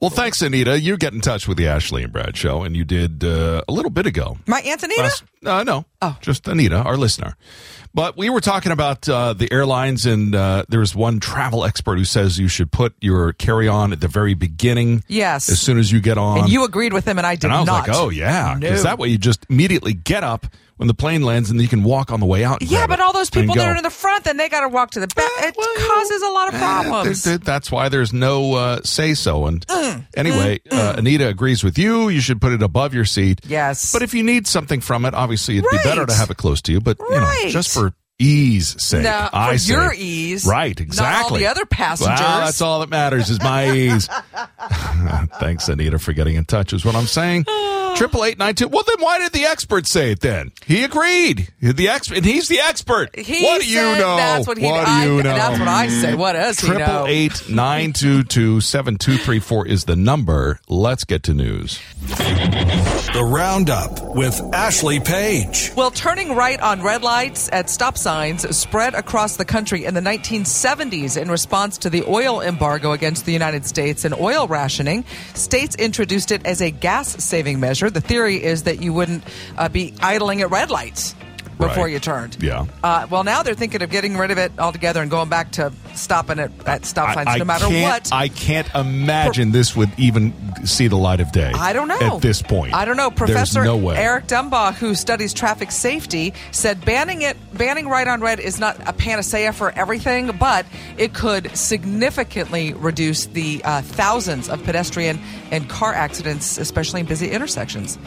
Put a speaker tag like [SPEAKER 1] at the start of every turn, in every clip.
[SPEAKER 1] Well, thanks, Anita. You get in touch with the Ashley and Brad show, and you did uh, a little bit ago.
[SPEAKER 2] My aunt Anita? Oh.
[SPEAKER 1] Last- uh, no, just Anita, our listener. But we were talking about uh, the airlines, and uh, there's one travel expert who says you should put your carry on at the very beginning.
[SPEAKER 2] Yes.
[SPEAKER 1] As soon as you get on.
[SPEAKER 2] and you agreed with him, and I did
[SPEAKER 1] And I was
[SPEAKER 2] not.
[SPEAKER 1] like, oh, yeah. Because
[SPEAKER 2] No.
[SPEAKER 1] that way you just immediately get up when the plane lands, and then you can walk on the way out. and
[SPEAKER 2] yeah,
[SPEAKER 1] grab
[SPEAKER 2] but
[SPEAKER 1] it
[SPEAKER 2] all those
[SPEAKER 1] and
[SPEAKER 2] people that
[SPEAKER 1] go.
[SPEAKER 2] are in the front, then they got to walk to the back. It
[SPEAKER 1] Well,
[SPEAKER 2] causes a lot of problems.
[SPEAKER 1] Th- th- that's why there's no uh, say so. And
[SPEAKER 2] Mm.
[SPEAKER 1] anyway, uh, Anita agrees with you. You should put it above your seat.
[SPEAKER 2] Yes.
[SPEAKER 1] But if you need something from it, obviously it'd
[SPEAKER 2] Right.
[SPEAKER 1] be better to have it close to you. But you know,
[SPEAKER 2] Right.
[SPEAKER 1] just for ease sake,
[SPEAKER 2] No,
[SPEAKER 1] I
[SPEAKER 2] for
[SPEAKER 1] say-
[SPEAKER 2] your ease,
[SPEAKER 1] Right.
[SPEAKER 2] not all
[SPEAKER 1] Exactly.
[SPEAKER 2] the other passengers.
[SPEAKER 1] Well, that's all that matters is my ease. Thanks, Anita, for getting in touch. Is what I'm saying. Triple eight nine two. Well, then why did the expert say it? Then he agreed. The expert, and he's the expert.
[SPEAKER 2] He
[SPEAKER 1] what do you
[SPEAKER 2] said
[SPEAKER 1] know?
[SPEAKER 2] That's what, he,
[SPEAKER 1] what do
[SPEAKER 2] I,
[SPEAKER 1] you know?
[SPEAKER 2] That's what I say. What does he know?
[SPEAKER 1] Triple eight nine two two seven two three four is the number. Let's get to news.
[SPEAKER 3] The Roundup with Ashley Page.
[SPEAKER 2] Well, turning right on red lights at stop signs spread across the country in the 1970s in response to the oil embargo against the United States and oil rationing. States introduced it as a gas saving measure. The theory is that you wouldn't uh, be idling at red lights before
[SPEAKER 1] Right.
[SPEAKER 2] you turned.
[SPEAKER 1] Yeah.
[SPEAKER 2] Uh, well, now they're thinking of getting rid of it altogether and going back to stopping it at stop signs no matter
[SPEAKER 1] can't,
[SPEAKER 2] what.
[SPEAKER 1] I can't imagine this would even see the light of day.
[SPEAKER 2] I don't know.
[SPEAKER 1] At this point,
[SPEAKER 2] I don't know.
[SPEAKER 1] There's
[SPEAKER 2] Professor
[SPEAKER 1] no way.
[SPEAKER 2] Eric Dumbaugh, who studies traffic safety, said banning it, banning right on red is not a panacea for everything, but it could significantly reduce the uh, thousands of pedestrian and car accidents, especially in busy intersections.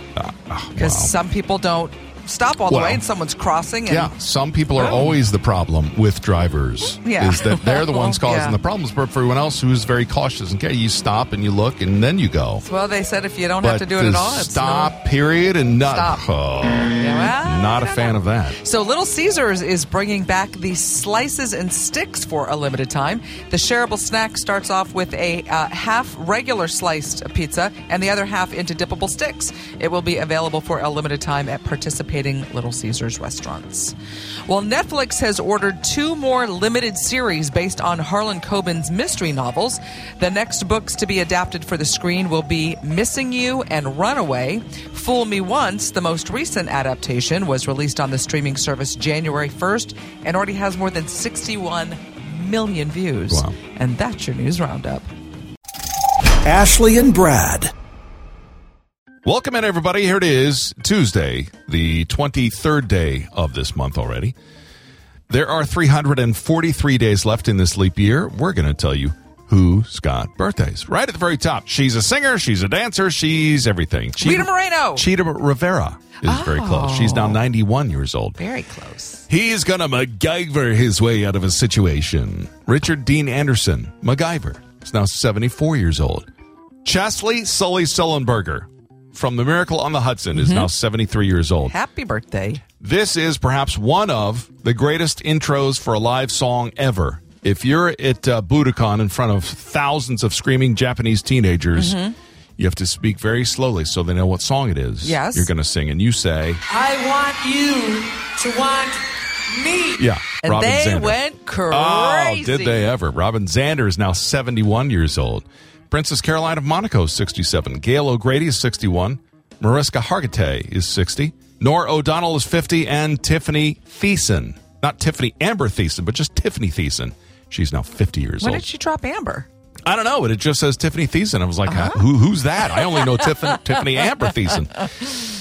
[SPEAKER 2] Because some people don't stop all the
[SPEAKER 1] Ah, Well,
[SPEAKER 2] way, and someone's crossing. And
[SPEAKER 1] Yeah, some people are always the problem with drivers.
[SPEAKER 2] Oh. Yeah.
[SPEAKER 1] Is that they're the ones
[SPEAKER 2] Well,
[SPEAKER 1] causing
[SPEAKER 2] yeah.
[SPEAKER 1] the problems, but for everyone else who's very cautious, okay, you stop and you look and then you go.
[SPEAKER 2] Well, they said if you don't
[SPEAKER 1] but
[SPEAKER 2] have to do it at all, it's
[SPEAKER 1] stop, period, and not.
[SPEAKER 2] Stop.
[SPEAKER 1] Oh,
[SPEAKER 2] No, Well,
[SPEAKER 1] not a
[SPEAKER 2] I don't
[SPEAKER 1] fan
[SPEAKER 2] know.
[SPEAKER 1] of that.
[SPEAKER 2] So Little Caesars is bringing back the slices and sticks for a limited time. The shareable snack starts off with a uh, half regular sliced pizza and the other half into dippable sticks. It will be available for a limited time at participating Little Caesars restaurants. Well, Netflix has ordered two more limited series based on Harlan Coben's mystery novels. The next books to be adapted for the screen will be Missing You and Runaway. Fool Me Once, the most recent adaptation, was released on the streaming service January 1st and already has more than 61 million views.
[SPEAKER 1] Wow.
[SPEAKER 2] And that's your news roundup.
[SPEAKER 3] Ashley and Brad.
[SPEAKER 1] Welcome in, everybody. Here it is, Tuesday, the 23rd day of this month already. There are 343 days left in this leap year. We're going to tell you who's got birthdays. Right at the very top, she's a singer, she's a dancer, she's everything.
[SPEAKER 2] Rita Moreno. Oh.
[SPEAKER 1] Cheetah Rivera is very close. She's now 91 years old.
[SPEAKER 2] Very close.
[SPEAKER 1] He's gonna MacGyver his way out of a situation. Richard Dean Anderson, MacGyver, is now 74 years old. Chesley Sully Sullenberger from The Miracle on the Hudson
[SPEAKER 2] Mm-hmm.
[SPEAKER 1] is now 73 years old.
[SPEAKER 2] Happy birthday.
[SPEAKER 1] This is perhaps one of the greatest intros for a live song ever. If you're at uh, Budokan in front of thousands of screaming Japanese teenagers,
[SPEAKER 2] Mm-hmm.
[SPEAKER 1] you have to speak very slowly so they know what song it is.
[SPEAKER 2] Yes.
[SPEAKER 1] You're going to sing, and you say,
[SPEAKER 4] I want you to want me.
[SPEAKER 1] Yeah.
[SPEAKER 2] And
[SPEAKER 1] Robin
[SPEAKER 2] they
[SPEAKER 1] Zander.
[SPEAKER 2] went crazy.
[SPEAKER 1] Oh, did they ever? Robin Zander is now 71 years old. Princess Caroline of Monaco is 67. Gail O'Grady is 61. Mariska Hargitay is 60. Nora O'Donnell is 50. And Tiffany Thiessen, not Tiffany Amber Thiessen, but just Tiffany Thiessen. She's now 50 years
[SPEAKER 2] When
[SPEAKER 1] old.
[SPEAKER 2] did she drop Amber?
[SPEAKER 1] I don't know, but it just says Tiffany Thiessen. I was like, who, who's that? I only know Tiffany, Tiffany Amber Thiessen.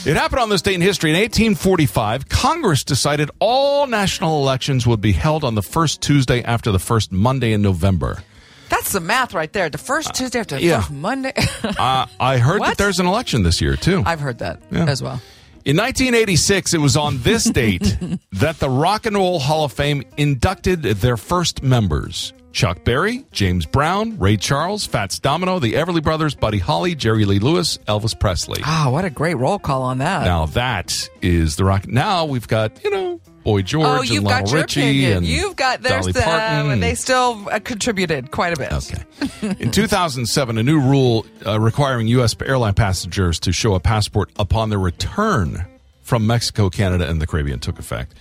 [SPEAKER 1] It happened on this date in history. In 1845, Congress decided all national elections would be held on the first Tuesday after the first Monday in November.
[SPEAKER 2] That's the math right there. The first Tuesday after the
[SPEAKER 1] Uh, yeah.
[SPEAKER 2] first Monday.
[SPEAKER 1] Uh, I heard that
[SPEAKER 2] What?
[SPEAKER 1] there's an election this year, too.
[SPEAKER 2] I've heard that
[SPEAKER 1] Yeah.
[SPEAKER 2] as well.
[SPEAKER 1] In 1986, it was on this date that the Rock and Roll Hall of Fame inducted their first members. Chuck Berry, James Brown, Ray Charles, Fats Domino, the Everly Brothers, Buddy Holly, Jerry Lee Lewis, Elvis Presley.
[SPEAKER 2] Ah, what a great roll call on that.
[SPEAKER 1] Now that is the rock. Now we've got you know Boy George
[SPEAKER 2] Oh, you've
[SPEAKER 1] and
[SPEAKER 2] got
[SPEAKER 1] Lionel
[SPEAKER 2] your
[SPEAKER 1] Richie
[SPEAKER 2] opinion.
[SPEAKER 1] and
[SPEAKER 2] you've got theirs.
[SPEAKER 1] Dolly
[SPEAKER 2] uh,
[SPEAKER 1] Parton.
[SPEAKER 2] They still uh, contributed quite a bit.
[SPEAKER 1] Okay. In 2007, a new rule uh, requiring U.S. airline passengers to show a passport upon their return from Mexico, Canada, and the Caribbean took effect.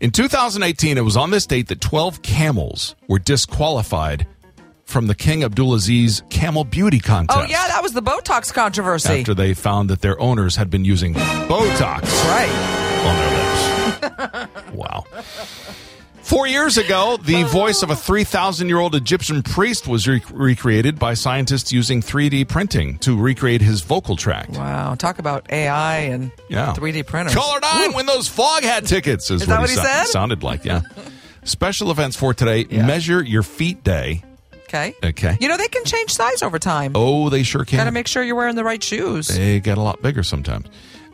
[SPEAKER 1] In 2018, it was on this date that 12 camels were disqualified from the King Abdulaziz Camel Beauty Contest.
[SPEAKER 2] Oh, yeah, that was the Botox controversy.
[SPEAKER 1] after they found that their owners had been using Botox
[SPEAKER 2] right.
[SPEAKER 1] on their lips. wow. Four years ago, the voice of a 3,000 year old Egyptian priest was re- recreated by scientists using 3D printing to recreate his vocal tract.
[SPEAKER 2] Wow. Talk about AI and
[SPEAKER 1] Yeah.
[SPEAKER 2] 3D printers.
[SPEAKER 1] Caller 9, win those fog hat tickets, is,
[SPEAKER 2] Is that
[SPEAKER 1] sou-
[SPEAKER 2] what he said?
[SPEAKER 1] sounded like, yeah. Special events for today Measure Your Feet Day.
[SPEAKER 2] Okay.
[SPEAKER 1] Okay.
[SPEAKER 2] You know, they can change size over time.
[SPEAKER 1] Oh, they sure can.
[SPEAKER 2] Got to make sure you're wearing the right shoes.
[SPEAKER 1] They get a lot bigger sometimes.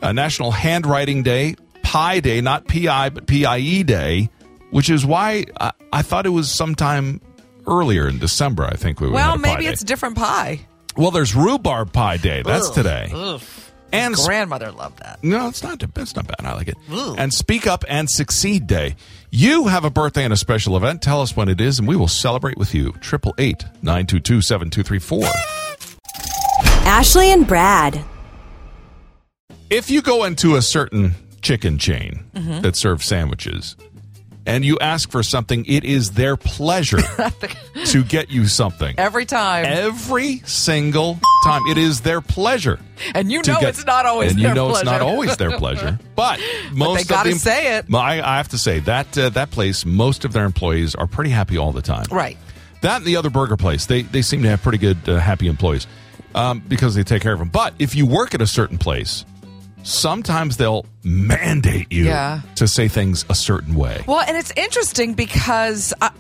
[SPEAKER 1] Uh, National Handwriting Day, Pi Day, not PI, but PIE Day, which is why I, I thought it was sometime earlier in December, I think we would
[SPEAKER 2] well,
[SPEAKER 1] have a Pi
[SPEAKER 2] maybe
[SPEAKER 1] Day.
[SPEAKER 2] it's a different pie.
[SPEAKER 1] Well, there's Rhubarb Pie Day. That's today. And sp-
[SPEAKER 2] Grandmother loved that.
[SPEAKER 1] no, it's not. It's not bad. I like it. And Speak Up and Succeed Day. You have a birthday and a special event. Tell us when it is, and we will celebrate with you. Triple eight nine two two seven two three four.
[SPEAKER 5] Ashley and Brad.
[SPEAKER 1] if you go into a certain chicken chain
[SPEAKER 2] Mm-hmm.
[SPEAKER 1] that serves sandwiches and you ask for something, it is their pleasure to get you something.
[SPEAKER 2] Every time.
[SPEAKER 1] Every single time. It is their pleasure.
[SPEAKER 2] And you
[SPEAKER 1] to
[SPEAKER 2] know
[SPEAKER 1] get-
[SPEAKER 2] it's not always
[SPEAKER 1] And you
[SPEAKER 2] their
[SPEAKER 1] know it's not
[SPEAKER 2] pleasure.
[SPEAKER 1] always their pleasure. But most of
[SPEAKER 2] gotta
[SPEAKER 1] the em-
[SPEAKER 2] say it.
[SPEAKER 1] I, I have to say that uh, that place, most of their employees are pretty happy all the time.
[SPEAKER 2] Right.
[SPEAKER 1] That and the other burger place, they they seem to have pretty good uh, happy employees um, because they take care of them. But if you work at a certain place, sometimes they'll mandate you
[SPEAKER 2] Yeah.
[SPEAKER 1] to say things a certain way.
[SPEAKER 2] Well, and it's interesting because I,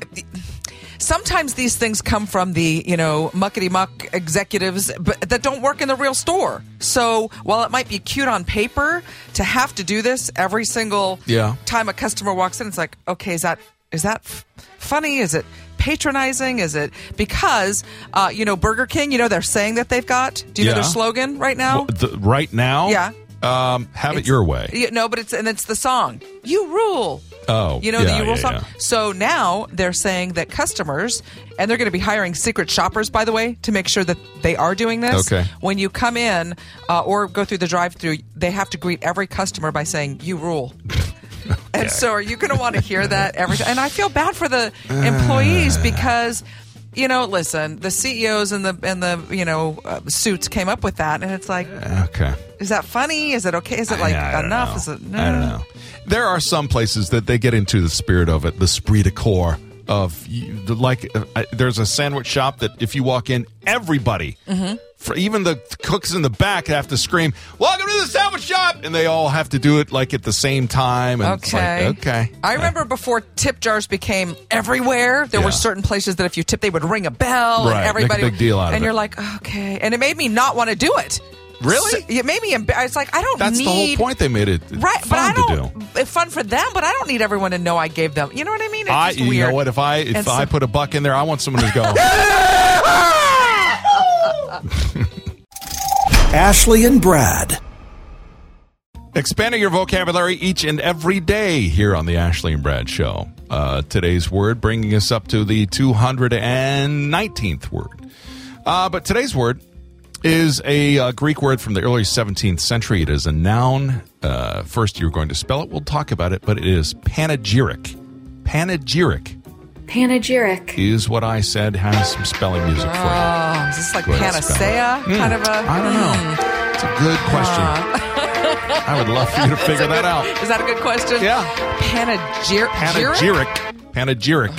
[SPEAKER 2] sometimes these things come from the you know muckety muck executives but, that don't work in the real store. So while it might be cute on paper to have to do this every single
[SPEAKER 1] Yeah.
[SPEAKER 2] time a customer walks in, it's like, okay, is that is that f- funny? Is it patronizing? Is it because uh, you know Burger King? You know they're saying that they've got. Do you know
[SPEAKER 1] Yeah.
[SPEAKER 2] their slogan right now?
[SPEAKER 1] Well, the- right now,
[SPEAKER 2] Yeah.
[SPEAKER 1] um, have it
[SPEAKER 2] It's-
[SPEAKER 1] your way.
[SPEAKER 2] Yeah, no, but it's and it's the song. You rule.
[SPEAKER 1] Oh,
[SPEAKER 2] you know
[SPEAKER 1] yeah,
[SPEAKER 2] the you rule
[SPEAKER 1] yeah,
[SPEAKER 2] song.
[SPEAKER 1] yeah.
[SPEAKER 2] So now they're saying that customers, and they're going to be hiring secret shoppers, by the way, to make sure that they are doing this.
[SPEAKER 1] Okay.
[SPEAKER 2] When you come in uh, or go through the drive-through, they have to greet every customer by saying "You rule." And so, are you going to want to hear that every time? And I feel bad for the
[SPEAKER 1] Ah.
[SPEAKER 2] employees because, you know, listen, the CEOs and the and the you know uh, suits came up with that, and it's like,
[SPEAKER 1] Okay.
[SPEAKER 2] is that funny? Is it okay? Is it like
[SPEAKER 1] Yeah, I don't
[SPEAKER 2] enough?
[SPEAKER 1] know.
[SPEAKER 2] Is it?
[SPEAKER 1] I don't know. There are some places that they get into the spirit of it, the esprit de corps of you- the- like. uh, I- There's a sandwich shop that if you walk in, everybody,
[SPEAKER 2] Mm-hmm.
[SPEAKER 1] for even the cooks in the back, have to scream, "Welcome to the sandwich shop!" and they all have to do it like at the same time. And it's
[SPEAKER 2] Okay.
[SPEAKER 1] like, okay.
[SPEAKER 2] I remember before tip jars became everywhere. There
[SPEAKER 1] Yeah.
[SPEAKER 2] were certain places that if you tip, they would ring a
[SPEAKER 1] Right,
[SPEAKER 2] bell.
[SPEAKER 1] make
[SPEAKER 2] And
[SPEAKER 1] a
[SPEAKER 2] everybody.
[SPEAKER 1] big deal out of
[SPEAKER 2] and
[SPEAKER 1] it.
[SPEAKER 2] you're like, okay. And it made me not want to do it.
[SPEAKER 1] Really?
[SPEAKER 2] So- it made me. embar- It's like I don't
[SPEAKER 1] That's
[SPEAKER 2] need.
[SPEAKER 1] the whole point. They made it
[SPEAKER 2] Right,
[SPEAKER 1] fun
[SPEAKER 2] but I
[SPEAKER 1] to
[SPEAKER 2] don't.
[SPEAKER 1] do.
[SPEAKER 2] it's Fun for them, but I don't need everyone to know I gave them. You know what I mean? It's
[SPEAKER 1] I,
[SPEAKER 2] just
[SPEAKER 1] you
[SPEAKER 2] weird.
[SPEAKER 1] know what? If I if
[SPEAKER 2] And
[SPEAKER 1] I
[SPEAKER 2] so-
[SPEAKER 1] put a buck in there, I want someone to go.
[SPEAKER 3] Ashley and Brad.
[SPEAKER 1] Expanding your vocabulary each and every day here on the Ashley and Brad Show. Uh, today's word bringing us up to the 219th word. Uh, but today's word is a uh, Greek word from the early 17th century. It is a noun. Uh, first, you're going to spell it. We'll talk about it, but it is panegyric. Panegyric
[SPEAKER 6] Panegyric.
[SPEAKER 1] is what I said. Has some spelling music for you.
[SPEAKER 2] Oh, is this like
[SPEAKER 1] Go ahead and spell
[SPEAKER 2] panacea?
[SPEAKER 1] it. Hmm.
[SPEAKER 2] Kind of a. Ah.
[SPEAKER 1] I don't know. It's a good question. I would love for you to figure that out.
[SPEAKER 2] Is that a good question?
[SPEAKER 1] Yeah.
[SPEAKER 2] Panegyric.
[SPEAKER 1] Panegyric. Panegyric.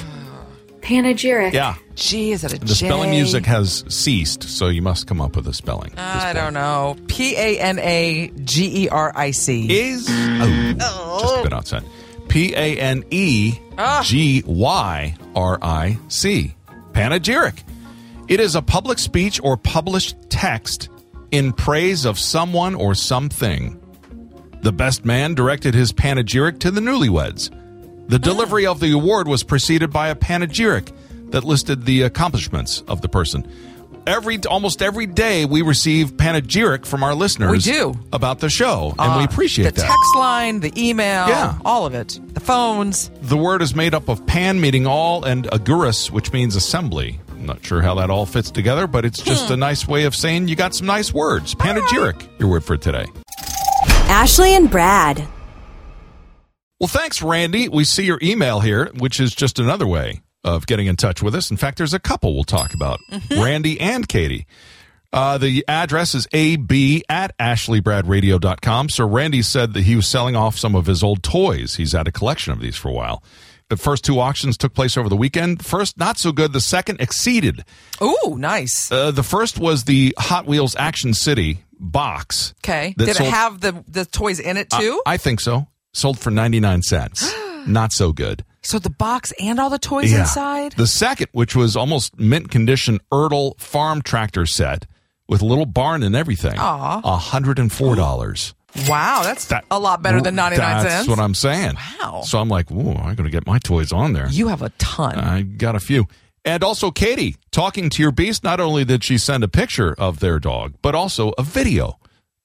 [SPEAKER 6] Panegyric.
[SPEAKER 1] Yeah.
[SPEAKER 2] Gee, is it a
[SPEAKER 1] The spelling
[SPEAKER 2] J?
[SPEAKER 1] music has ceased, so you must come up with a spelling.
[SPEAKER 2] I don't know. P A N A G E R I C.
[SPEAKER 1] Is. Oh, Just a bit outside. P A N E G Y R I C. Panegyric. It is a public speech or published text in praise of someone or something. The best man directed his panegyric to the newlyweds. The delivery of the award was preceded by a panegyric that listed the accomplishments of the person. Every almost every day we receive panegyric from our listeners.
[SPEAKER 2] We do.
[SPEAKER 1] about the show, and we appreciate
[SPEAKER 2] Ah, the
[SPEAKER 1] that.
[SPEAKER 2] text line, the email,
[SPEAKER 1] Yeah.
[SPEAKER 2] all of it. The phones.
[SPEAKER 1] The word is made up of pan meaning all and agurus, which means assembly. I'm not sure how that all fits together, but it's
[SPEAKER 2] Hmm.
[SPEAKER 1] just a nice way of saying you got some nice words. Panegyric, your word for today.
[SPEAKER 5] Ashley and Brad.
[SPEAKER 1] Well, thanks, Randy. We see your email here, which is just another way of getting in touch with us. In fact, there's a couple we'll talk about
[SPEAKER 2] Mm-hmm.
[SPEAKER 1] Randy and Katie. Uh, the address is ab at ashleybradradio.com. So Randy said that he was selling off some of his old toys. He's had a collection of these for a while. The first two auctions took place over the weekend. First, not so good. The second exceeded.
[SPEAKER 2] Ooh, nice.
[SPEAKER 1] Uh, the first was the Hot Wheels Action City box.
[SPEAKER 2] Okay.
[SPEAKER 1] that
[SPEAKER 2] Did it
[SPEAKER 1] sold-
[SPEAKER 2] have the, the toys in it
[SPEAKER 1] I-
[SPEAKER 2] too?
[SPEAKER 1] I, think so. Sold for 99 cents. Not so good.
[SPEAKER 2] so the box and all the toys
[SPEAKER 1] Yeah.
[SPEAKER 2] inside?
[SPEAKER 1] The second, which was almost mint condition Ertl farm tractor set with a little barn and everything.
[SPEAKER 2] Aw.
[SPEAKER 1] $104.
[SPEAKER 2] wow, that's
[SPEAKER 1] That-
[SPEAKER 2] a lot better than 99
[SPEAKER 1] that's
[SPEAKER 2] cents.
[SPEAKER 1] what I'm saying.
[SPEAKER 2] Wow.
[SPEAKER 1] So I'm like, ooh, I'm going to get my toys on there.
[SPEAKER 2] you have a ton.
[SPEAKER 1] I got a few. And also, Katie, talking to your beast, not only did she send a picture of their dog, but also a video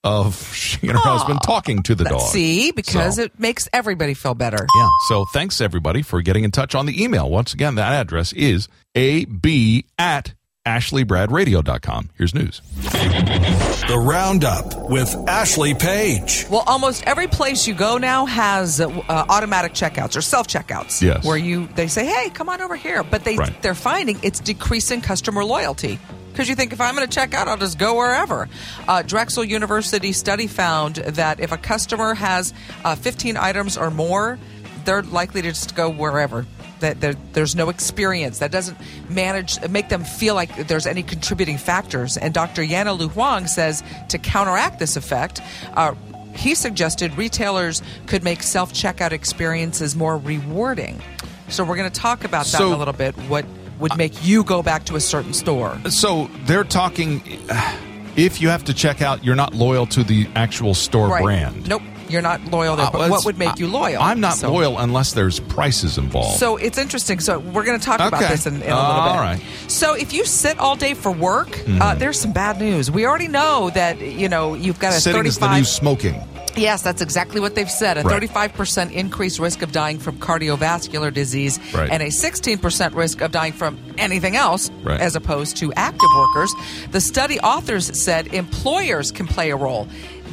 [SPEAKER 1] of she and her husband talking to the
[SPEAKER 2] That-
[SPEAKER 1] dog.
[SPEAKER 2] See, because
[SPEAKER 1] So-
[SPEAKER 2] it makes everybody feel better.
[SPEAKER 1] Yeah. So thanks everybody for getting in touch on the email. Once again, that address is ab at ashleybradradio.com. Here's news.
[SPEAKER 3] The Roundup with Ashley Page.
[SPEAKER 2] Well, almost every place you go now has uh, automatic checkouts or self checkouts.
[SPEAKER 1] Yes.
[SPEAKER 2] Where you they say, "Hey, come on over here," but they
[SPEAKER 1] Right.
[SPEAKER 2] they're finding it's decreasing customer loyalty. Because you think if I'm going to check out, I'll just go wherever. Uh, Drexel University study found that if a customer has uh, 15 items or more, they're likely to just go wherever. That there, there's no experience that doesn't manage make them feel like there's any contributing factors. And Dr. Yana Lu Huang says to counteract this effect. Uh, he suggested retailers could make self checkout experiences more rewarding. So we're going to talk about that in
[SPEAKER 1] So-
[SPEAKER 2] a little bit. What would make you go back to a certain store?
[SPEAKER 1] So they're talking uh, if you have to check out, you're not loyal to the actual store brand.
[SPEAKER 2] Nope. You're not loyal there.
[SPEAKER 1] Uh,
[SPEAKER 2] but
[SPEAKER 1] that's-
[SPEAKER 2] what would make you loyal?
[SPEAKER 1] I'm not
[SPEAKER 2] So-
[SPEAKER 1] loyal unless there's prices involved.
[SPEAKER 2] So it's interesting. So we're going to talk about
[SPEAKER 1] Okay.
[SPEAKER 2] this in, in a little
[SPEAKER 1] All
[SPEAKER 2] bit.
[SPEAKER 1] right. Mm-hmm.
[SPEAKER 2] So if you sit all day for work, uh, there's some bad news. We already know that you know you've got a
[SPEAKER 1] Sitting
[SPEAKER 2] 35
[SPEAKER 1] is the new smoking.
[SPEAKER 2] Yes, that's exactly what they've said. A
[SPEAKER 1] Right.
[SPEAKER 2] 35% increased risk of dying from cardiovascular disease
[SPEAKER 1] Right.
[SPEAKER 2] and a 16% risk of dying from anything else
[SPEAKER 1] Right.
[SPEAKER 2] as opposed to active workers. The study authors said employers can play a role.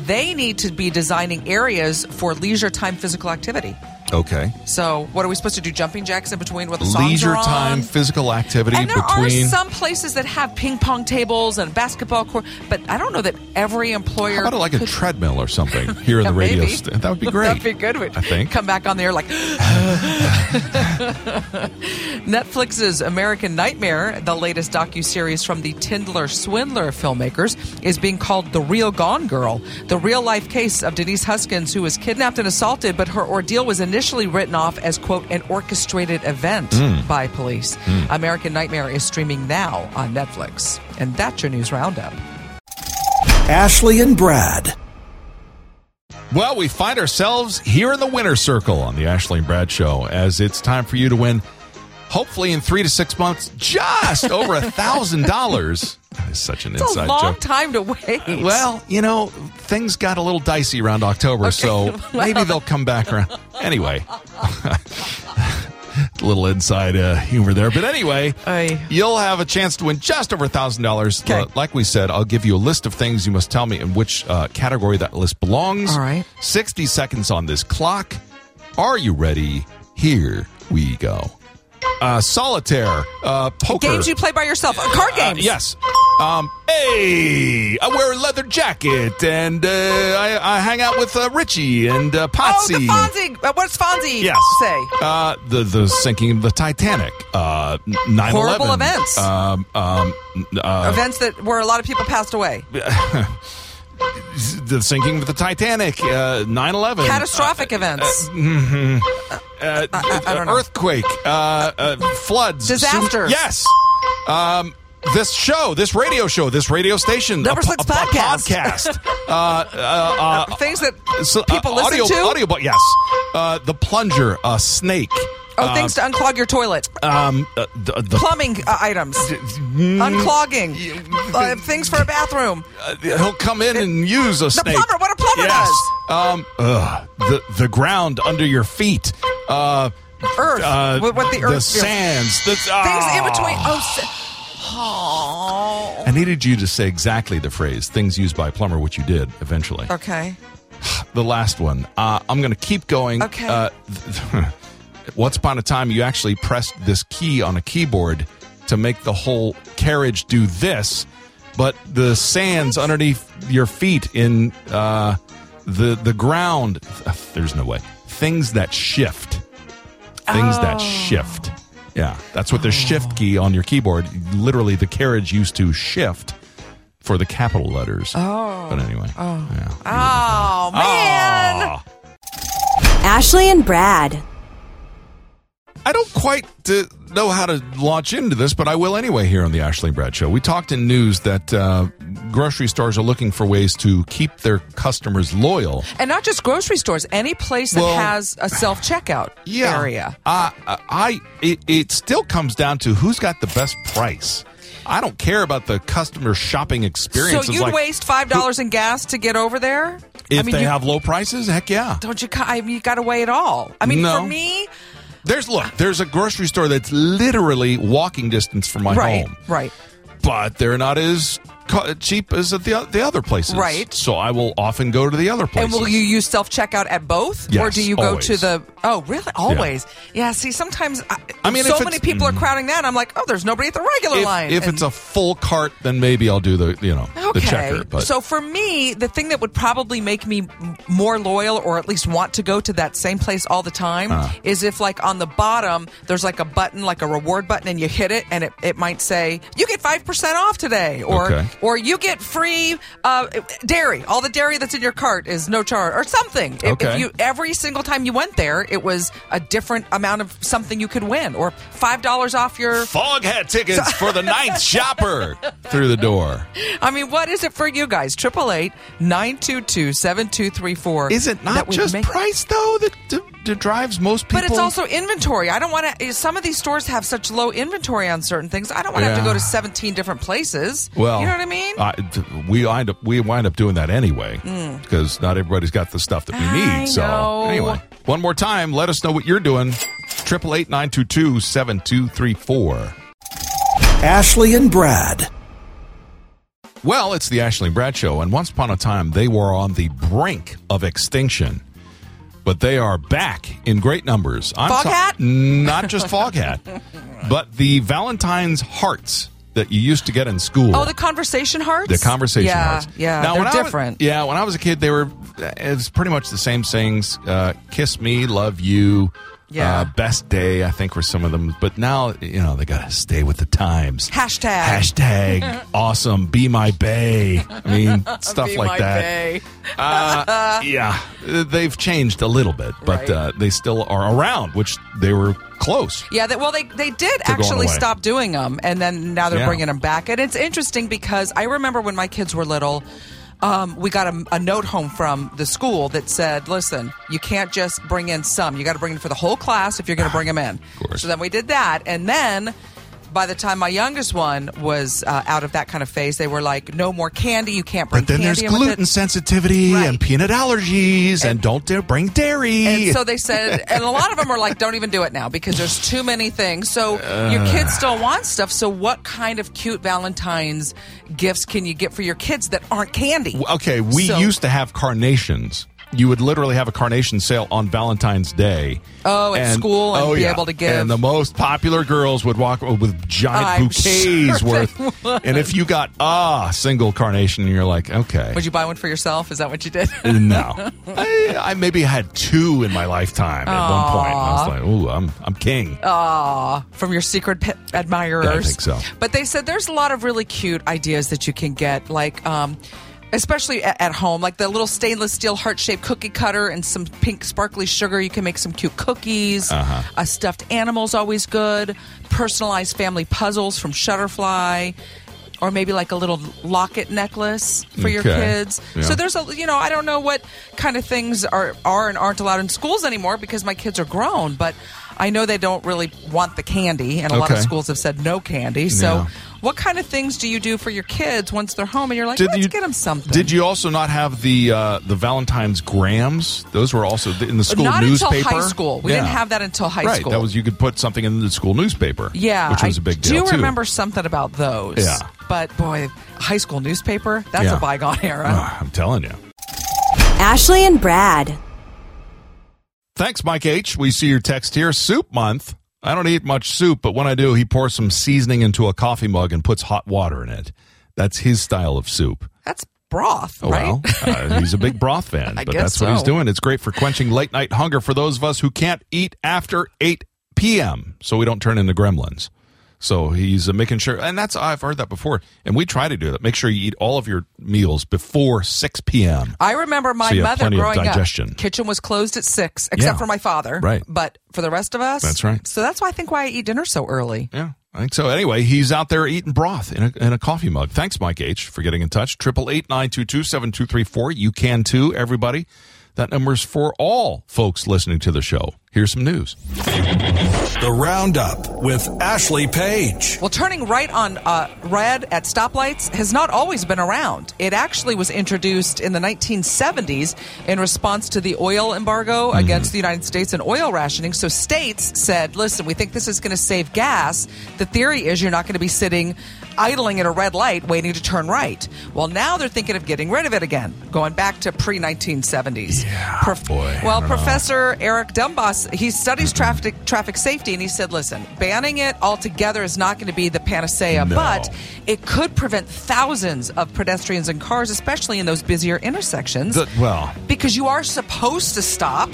[SPEAKER 2] They need to be designing areas for leisure time physical activity.
[SPEAKER 1] Okay.
[SPEAKER 2] So, what are we supposed to do? Jumping jacks in between what the songs
[SPEAKER 1] Leisure
[SPEAKER 2] are on?
[SPEAKER 1] time, physical activity
[SPEAKER 2] And there
[SPEAKER 1] between.
[SPEAKER 2] are some places that have ping pong tables and basketball court, but I don't know that every employer
[SPEAKER 1] how about like a
[SPEAKER 2] could
[SPEAKER 1] treadmill or something here in the radio?
[SPEAKER 2] maybe.
[SPEAKER 1] st- that would be great.
[SPEAKER 2] That'd be good.
[SPEAKER 1] I think.
[SPEAKER 2] Come back on the air like. Netflix's American Nightmare, the latest docu-series from the Tindler Swindler filmmakers, is being called The Real Gone Girl, the real-life case of Denise Huskins who was kidnapped and assaulted, but her ordeal was initially written off as quote an orchestrated event
[SPEAKER 1] Hmm.
[SPEAKER 2] by police. American Nightmare is streaming now on Netflix. And that's your news roundup.
[SPEAKER 3] Ashley and Brad.
[SPEAKER 1] Well, we find ourselves here in the winner circle on the Ashley and Brad Show as it's time for you to win, hopefully in three to six months, just over a thousand dollars. That is such an
[SPEAKER 2] It's
[SPEAKER 1] inside
[SPEAKER 2] a long
[SPEAKER 1] joke.
[SPEAKER 2] time to wait.
[SPEAKER 1] Well, you know, things got a little dicey around October, so maybe they'll come back around. Anyway, a little inside uh, humor there. But anyway,
[SPEAKER 2] Aye.
[SPEAKER 1] you'll have a chance to win just over $1,000.
[SPEAKER 2] Okay.
[SPEAKER 1] Uh, like we said, I'll give you a list of things you must tell me in which uh, category that list belongs.
[SPEAKER 2] All right.
[SPEAKER 1] 60 seconds on this clock. Are you ready? Here we go. Uh, solitaire, uh, poker.
[SPEAKER 2] games you play by yourself, Uh, card
[SPEAKER 1] Uh,
[SPEAKER 2] games.
[SPEAKER 1] yes. Um, hey, I wear a leather jacket and uh, I, I hang out with uh, Richie and uh,
[SPEAKER 2] Oh,
[SPEAKER 1] Patsy.
[SPEAKER 2] the Fonzie. Uh, What's Fonzie
[SPEAKER 1] Yes.
[SPEAKER 2] say?
[SPEAKER 1] Uh, the the sinking of the Titanic. Uh, 9
[SPEAKER 2] Horrible events.
[SPEAKER 1] Um, um, uh,
[SPEAKER 2] Events that where a lot of people passed away.
[SPEAKER 1] the sinking of the Titanic. Uh, 9/11.
[SPEAKER 2] Catastrophic events.
[SPEAKER 1] Uh,
[SPEAKER 2] I- I don't know.
[SPEAKER 1] Earthquake. Uh, uh, floods. Tsun-
[SPEAKER 2] Disasters.
[SPEAKER 1] yes. Um, this show, this radio show, this radio station,
[SPEAKER 2] Number Six Podcast.
[SPEAKER 1] podcast. uh, uh, uh,
[SPEAKER 2] Things that
[SPEAKER 1] So,
[SPEAKER 2] people
[SPEAKER 1] uh,
[SPEAKER 2] listen
[SPEAKER 1] audio,
[SPEAKER 2] to.
[SPEAKER 1] Audio, but yes, uh, the plunger, a snake.
[SPEAKER 2] oh, things to unclog your toilet.
[SPEAKER 1] uh, Um, uh, the, the mm,
[SPEAKER 2] Plumbing uh, items. Unclogging. Uh, things for a bathroom.
[SPEAKER 1] uh, he'll come in and use a snake.
[SPEAKER 2] plumber, what a plumber
[SPEAKER 1] yes. Um, ugh, the the ground under your feet. Uh,
[SPEAKER 2] Earth.
[SPEAKER 1] uh,
[SPEAKER 2] what, what the earth
[SPEAKER 1] the
[SPEAKER 2] feels.
[SPEAKER 1] sands. The,
[SPEAKER 2] Things in
[SPEAKER 1] ah.
[SPEAKER 2] between. Oh, sa- oh.
[SPEAKER 1] I needed you to say exactly the phrase "things used by a plumber," which you did eventually.
[SPEAKER 2] Okay.
[SPEAKER 1] The last one. Uh, I'm going to keep going.
[SPEAKER 2] Okay.
[SPEAKER 1] Uh, once upon a time, you actually pressed this key on a keyboard to make the whole carriage do this, but the sands underneath your feet in uh, the the ground, ugh, there's no way. Things that shift, things that shift. Yeah, that's what the shift key on your keyboard. Literally, the carriage used to shift for the capital letters. Oh, but anyway. Oh, yeah.
[SPEAKER 2] Oh, man.
[SPEAKER 1] Ah.
[SPEAKER 5] Ashley and Brad.
[SPEAKER 1] I don't quite uh, know how to launch into this, but I will anyway here on the Ashley and Brad Show. We talked in news that uh, grocery stores are looking for ways to keep their customers loyal.
[SPEAKER 2] And not just grocery stores, any place that
[SPEAKER 1] Well-
[SPEAKER 2] has a self checkout area.
[SPEAKER 1] Uh, I, I it, it still comes down to who's got the best price. I don't care about the customer shopping
[SPEAKER 2] So
[SPEAKER 1] experience. It's
[SPEAKER 2] you'd
[SPEAKER 1] like,
[SPEAKER 2] waste five dollars in gas to get over there?
[SPEAKER 1] if
[SPEAKER 2] I mean,
[SPEAKER 1] they
[SPEAKER 2] you,
[SPEAKER 1] have low prices. Heck yeah.
[SPEAKER 2] don't you? ca- I mean, you got to weigh it all. I mean,
[SPEAKER 1] No.
[SPEAKER 2] for me,
[SPEAKER 1] There's look. There's a grocery store that's literally walking distance from my
[SPEAKER 2] right,
[SPEAKER 1] home.
[SPEAKER 2] right.
[SPEAKER 1] but they're not as co- cheap as at the o- the other places.
[SPEAKER 2] Right.
[SPEAKER 1] So I will often go to the other places.
[SPEAKER 2] And will you use self checkout at both, or
[SPEAKER 1] Yes,
[SPEAKER 2] do you go
[SPEAKER 1] always.
[SPEAKER 2] to the? Oh, really? Always? Yeah. see, sometimes I,
[SPEAKER 1] I mean,
[SPEAKER 2] so
[SPEAKER 1] if it's-
[SPEAKER 2] many
[SPEAKER 1] Mm-hmm.
[SPEAKER 2] people are crowding that. I'm like, oh, there's nobody at the regular
[SPEAKER 1] If,
[SPEAKER 2] line.
[SPEAKER 1] if
[SPEAKER 2] And-
[SPEAKER 1] it's a full cart, then maybe I'll do the you know
[SPEAKER 2] Okay.
[SPEAKER 1] the checker. But
[SPEAKER 2] So for me, the thing that would probably make me m- more loyal or at least want to go to that same place all the time
[SPEAKER 1] Uh.
[SPEAKER 2] is if like on the bottom there's like a button, like a reward button and you hit it and it, it might say you get 5% off today or
[SPEAKER 1] Okay.
[SPEAKER 2] or you get free uh, dairy. All the dairy that's in your cart is no charge or something. If- If,
[SPEAKER 1] Okay.
[SPEAKER 2] you every single time you went there, it was a different amount of something you could win or $5 off your
[SPEAKER 1] fog hat tickets for the ninth shopper through the door.
[SPEAKER 2] I mean, what is it for you guys? 888-922-7234.
[SPEAKER 1] Is it
[SPEAKER 2] That
[SPEAKER 1] not
[SPEAKER 2] would
[SPEAKER 1] just
[SPEAKER 2] make-
[SPEAKER 1] price though that, d- that drives most people?
[SPEAKER 2] But it's also inventory. I don't want to. Some of these stores have such low inventory on certain things. I don't want to have to
[SPEAKER 1] Yeah.
[SPEAKER 2] go to 17 different places.
[SPEAKER 1] well, uh,
[SPEAKER 2] you know what I mean?
[SPEAKER 1] I- d- we wind up we wind up doing that anyway because not everybody's got the stuff that we need.
[SPEAKER 2] Hmm. I
[SPEAKER 1] so
[SPEAKER 2] know.
[SPEAKER 1] anyway, one more time, let us know what you're doing. Triple eight nine two two seven two three four.
[SPEAKER 3] Ashley and Brad.
[SPEAKER 1] Well, it's the Ashley and Brad Show, and once upon a time they were on the brink of extinction, but they are back in great numbers. I'm
[SPEAKER 2] Fog hat?
[SPEAKER 1] Not just fog hat, but the Valentine's hearts that you used to get in school.
[SPEAKER 2] oh, the conversation hearts.
[SPEAKER 1] The conversation
[SPEAKER 2] yeah,
[SPEAKER 1] hearts.
[SPEAKER 2] Yeah,
[SPEAKER 1] Now, when I
[SPEAKER 2] they're
[SPEAKER 1] was-
[SPEAKER 2] different.
[SPEAKER 1] yeah, when I was a kid, they were it's pretty much the same things: uh, "Kiss Me," "Love You,"
[SPEAKER 2] Yeah.
[SPEAKER 1] uh, "Best Day." I think were some of them, but now you know they got to stay with the times.
[SPEAKER 2] Hashtag.
[SPEAKER 1] Hashtag awesome. Be my bay. I mean, stuff
[SPEAKER 2] Be
[SPEAKER 1] like
[SPEAKER 2] my
[SPEAKER 1] that.
[SPEAKER 2] bae.
[SPEAKER 1] Uh, yeah, uh, they've changed a little bit, but
[SPEAKER 2] Right.
[SPEAKER 1] uh, they still are around, which they were close.
[SPEAKER 2] Yeah, that, well, they they did
[SPEAKER 1] going
[SPEAKER 2] actually
[SPEAKER 1] away.
[SPEAKER 2] stop doing them, and then now they're
[SPEAKER 1] Yeah.
[SPEAKER 2] bringing them back. And it's interesting because I remember when my kids were little, um, we got a, a note home from the school that said, "Listen, you can't just bring in some; you got to bring them for the whole class if you're going to bring them in."
[SPEAKER 1] course.
[SPEAKER 2] So then we did that, and then. By the time my youngest one was uh, out of that kind of phase, they were like, "No more candy. You can't bring
[SPEAKER 1] But then there's
[SPEAKER 2] candy." in with it."
[SPEAKER 1] gluten sensitivity
[SPEAKER 2] Right.
[SPEAKER 1] and peanut allergies, and, don't dare bring dairy.
[SPEAKER 2] And so they said, and a lot of them are like, don't even do it now because there's too many things. So your kids still want stuff. So what kind of cute Valentine's gifts can you get for your kids that aren't candy?
[SPEAKER 1] okay, we
[SPEAKER 2] So-
[SPEAKER 1] used to have carnations. You would literally have a carnation sale on Valentine's Day.
[SPEAKER 2] Oh, at school and be able to give.
[SPEAKER 1] And the most popular girls would walk with giant
[SPEAKER 2] I'm
[SPEAKER 1] bouquets
[SPEAKER 2] sure they
[SPEAKER 1] worth.
[SPEAKER 2] would.
[SPEAKER 1] And if you got a single carnation, you're like, okay.
[SPEAKER 2] Would you buy one for yourself? Is that what you did?
[SPEAKER 1] Uh, no, I, I maybe had two in my lifetime at one point. I was like, "Ooh, I'm I'm king."
[SPEAKER 2] Oh, from your secret pet admirers.
[SPEAKER 1] Yeah, I think so.
[SPEAKER 2] But they said there's a lot of really cute ideas that you can get, like. Um, Especially at, at home, like the little stainless steel heart shaped cookie cutter and some pink sparkly sugar. You can make some cute cookies. uh
[SPEAKER 1] Uh-huh.
[SPEAKER 2] stuffed animal's always good. Personalized family puzzles from Shutterfly, or maybe like a little locket necklace for your
[SPEAKER 1] Okay.
[SPEAKER 2] kids.
[SPEAKER 1] Yeah.
[SPEAKER 2] So there's a you know I don't know what kind of things are are and aren't allowed in schools anymore because my kids are grown, but I know they don't really want the candy, and a lot of
[SPEAKER 1] Okay.
[SPEAKER 2] schools have said no candy. So,
[SPEAKER 1] Yeah.
[SPEAKER 2] what kind of things do you do for your kids once they're home and you're like, let's get them something?
[SPEAKER 1] Did you also not have the uh, the Valentine's grams? Those were also th- in the school
[SPEAKER 2] Not
[SPEAKER 1] newspaper.
[SPEAKER 2] until high school. We didn't
[SPEAKER 1] Yeah.
[SPEAKER 2] have that until high
[SPEAKER 1] right.
[SPEAKER 2] school.
[SPEAKER 1] That was you could put something in the school newspaper.
[SPEAKER 2] yeah,
[SPEAKER 1] which was
[SPEAKER 2] I
[SPEAKER 1] a big deal.
[SPEAKER 2] Do
[SPEAKER 1] too.
[SPEAKER 2] remember something about those?
[SPEAKER 1] Yeah.
[SPEAKER 2] but boy, high school newspaper—that's
[SPEAKER 1] Yeah.
[SPEAKER 2] a bygone era.
[SPEAKER 1] Ah, I'm telling you.
[SPEAKER 5] Ashley and Brad.
[SPEAKER 1] Thanks, Mike H. We see your text here. Soup month. I don't eat much soup, but when I do, he pours some seasoning into a coffee mug and puts hot water in it. That's his style of soup.
[SPEAKER 2] That's broth,
[SPEAKER 1] Oh,
[SPEAKER 2] right?
[SPEAKER 1] Well, uh, he's a big broth fan,
[SPEAKER 2] I
[SPEAKER 1] but
[SPEAKER 2] guess
[SPEAKER 1] that's what he's
[SPEAKER 2] so.
[SPEAKER 1] doing. It's great for quenching late night hunger for those of us who can't eat after 8 p.m. so we don't turn into gremlins. So he's uh, making sure, and that's, I've heard that before. And we try to do that. Make sure you eat all of your meals before 6 p.m.
[SPEAKER 2] I remember my
[SPEAKER 1] So you have
[SPEAKER 2] mother
[SPEAKER 1] plenty of
[SPEAKER 2] growing
[SPEAKER 1] digestion.
[SPEAKER 2] up. Kitchen was closed at six, except
[SPEAKER 1] Yeah.
[SPEAKER 2] for my father.
[SPEAKER 1] Right.
[SPEAKER 2] But for the rest of us,
[SPEAKER 1] That's right.
[SPEAKER 2] So that's why I think why I eat dinner so early.
[SPEAKER 1] Yeah, I think so. Anyway, he's out there eating broth in a, in a coffee mug. Thanks, Mike H, for getting in touch. Triple eight nine two two seven two three four. You can too, everybody. That number's for all folks listening to the show. Here's some news.
[SPEAKER 3] The Roundup with Ashley Page.
[SPEAKER 2] Well, turning right on uh, red at stoplights has not always been around. It actually was introduced in the 1970s in response to the oil embargo
[SPEAKER 1] Mm-hmm.
[SPEAKER 2] against the United States and oil rationing. So states said, listen, we think this is going to save gas. The theory is you're not going to be sitting idling at a red light waiting to turn right. Well, now they're thinking of getting rid of it again, going back to pre 1970s. Yeah,
[SPEAKER 1] boy, I
[SPEAKER 2] well,
[SPEAKER 1] don't know.
[SPEAKER 2] Professor. Professor Eric Dumbas, he studies traffic traffic safety, and he said, "Listen, banning it altogether is not going to be the panacea,
[SPEAKER 1] No.
[SPEAKER 2] but it could prevent thousands of pedestrians and cars, especially in those busier intersections,
[SPEAKER 1] The- well,
[SPEAKER 2] because you are supposed to stop,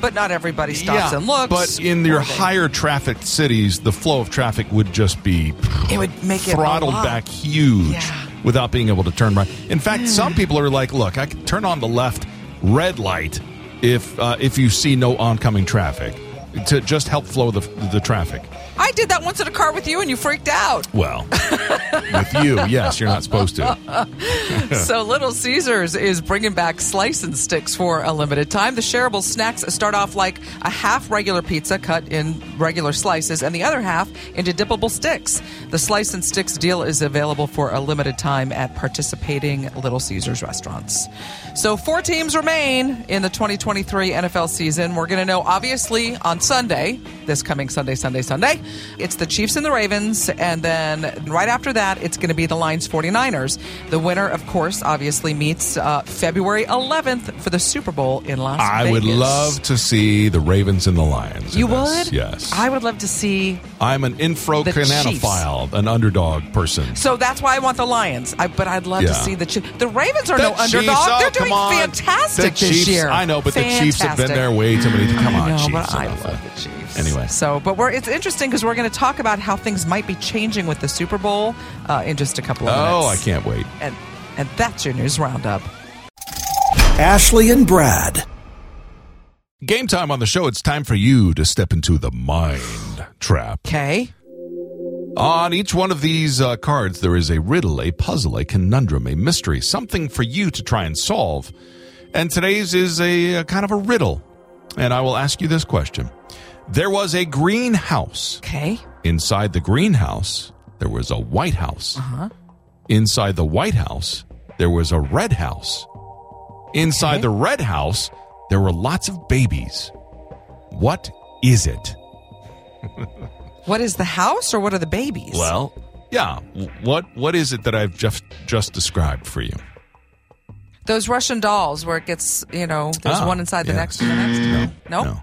[SPEAKER 2] but not everybody stops
[SPEAKER 1] yeah,
[SPEAKER 2] and looks.
[SPEAKER 1] but in your
[SPEAKER 2] or they-
[SPEAKER 1] higher trafficked cities, the flow of traffic would just be
[SPEAKER 2] It would make it a
[SPEAKER 1] throttled
[SPEAKER 2] lot.
[SPEAKER 1] back huge
[SPEAKER 2] Yeah.
[SPEAKER 1] without being able to turn right. In fact, some people are like, "Look, I can turn on the left red light if uh, if you see no oncoming traffic to just help flow the the traffic."
[SPEAKER 2] I did that once in a car with you, and you freaked out.
[SPEAKER 1] Well, with you, yes, you're not supposed to.
[SPEAKER 2] so Little Caesars is bringing back slice and sticks for a limited time. The shareable snacks start off like a half regular pizza cut in regular slices and the other half into dippable sticks. The slice and sticks deal is available for a limited time at participating Little Caesars restaurants. So four teams remain in the 2023 NFL season. We're going to know obviously on Sunday, this coming Sunday, Sunday, Sunday. It's the Chiefs and the Ravens and then right after that it's going to be the Lions 49ers. The winner of course obviously meets uh, February 11th for the Super Bowl in Las
[SPEAKER 1] I
[SPEAKER 2] Vegas.
[SPEAKER 1] would love to see the Ravens and the Lions. in
[SPEAKER 2] You
[SPEAKER 1] this.
[SPEAKER 2] would?
[SPEAKER 1] Yes.
[SPEAKER 2] I would love to see.
[SPEAKER 1] I'm an
[SPEAKER 2] The Chiefs.
[SPEAKER 1] infro-cananophile, an underdog person.
[SPEAKER 2] So that's why I want the Lions. I, but I'd love to
[SPEAKER 1] Yeah.
[SPEAKER 2] see the Chiefs. The Ravens are
[SPEAKER 1] The
[SPEAKER 2] no
[SPEAKER 1] Chiefs,
[SPEAKER 2] underdog.
[SPEAKER 1] oh,
[SPEAKER 2] They're doing
[SPEAKER 1] come on.
[SPEAKER 2] fantastic
[SPEAKER 1] the Chiefs,
[SPEAKER 2] this year.
[SPEAKER 1] I know, but the Chiefs have been
[SPEAKER 2] Fantastic.
[SPEAKER 1] there way too many. Come on,
[SPEAKER 2] I know,
[SPEAKER 1] Chiefs.
[SPEAKER 2] but I
[SPEAKER 1] enough.
[SPEAKER 2] love the Chiefs.
[SPEAKER 1] Anyway.
[SPEAKER 2] so but we're it's interesting because we're going to talk about how things might be changing with the Super Bowl uh, in just a couple of
[SPEAKER 1] Oh, I
[SPEAKER 2] minutes.
[SPEAKER 1] can't wait.
[SPEAKER 2] can't. And and that's your news roundup.
[SPEAKER 3] Ashley and Brad.
[SPEAKER 1] Game time on the show. It's time for you to step into the mind trap.
[SPEAKER 2] Okay.
[SPEAKER 1] On each one of these uh, cards, there is a riddle, a puzzle, a conundrum, a mystery, something for you to try and solve. And today's is a, a kind of a riddle. And I will ask you this question. There was a greenhouse.
[SPEAKER 2] Okay.
[SPEAKER 1] Inside the greenhouse, there was a white house.
[SPEAKER 2] Uh-huh.
[SPEAKER 1] Inside the white house, there was a red house. Inside the red house, there were lots of babies. What is it?
[SPEAKER 2] What is the house or what are the babies?
[SPEAKER 1] Well, yeah. w- What what is it that I've just just described for you?
[SPEAKER 2] those Russian dolls where it gets you know there's
[SPEAKER 1] Ah,
[SPEAKER 2] one inside the
[SPEAKER 1] yes.
[SPEAKER 2] next and the next.
[SPEAKER 1] No.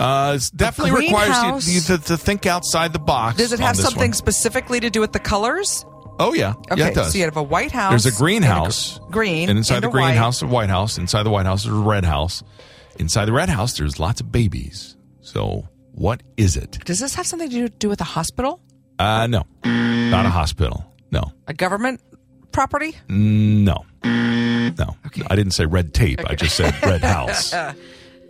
[SPEAKER 1] Uh, it definitely requires you, you
[SPEAKER 2] greenhouse-
[SPEAKER 1] to, to think outside the box.
[SPEAKER 2] Does it
[SPEAKER 1] on
[SPEAKER 2] have
[SPEAKER 1] this
[SPEAKER 2] something
[SPEAKER 1] one.
[SPEAKER 2] specifically to do with the colors?
[SPEAKER 1] Oh yeah.
[SPEAKER 2] Okay,
[SPEAKER 1] yeah, it does.
[SPEAKER 2] so you have a white house.
[SPEAKER 1] There's a greenhouse.
[SPEAKER 2] and a gr- green.
[SPEAKER 1] And inside
[SPEAKER 2] and
[SPEAKER 1] the
[SPEAKER 2] a white.
[SPEAKER 1] greenhouse, a white house. Inside the white house, there's a red house. Inside the red house, there's lots of babies. So, what is it?
[SPEAKER 2] Does this have something to do with a hospital?
[SPEAKER 1] Uh, no. Not a hospital. No.
[SPEAKER 2] A government property?
[SPEAKER 1] No. No. I didn't say red tape. I just said red house.
[SPEAKER 2] so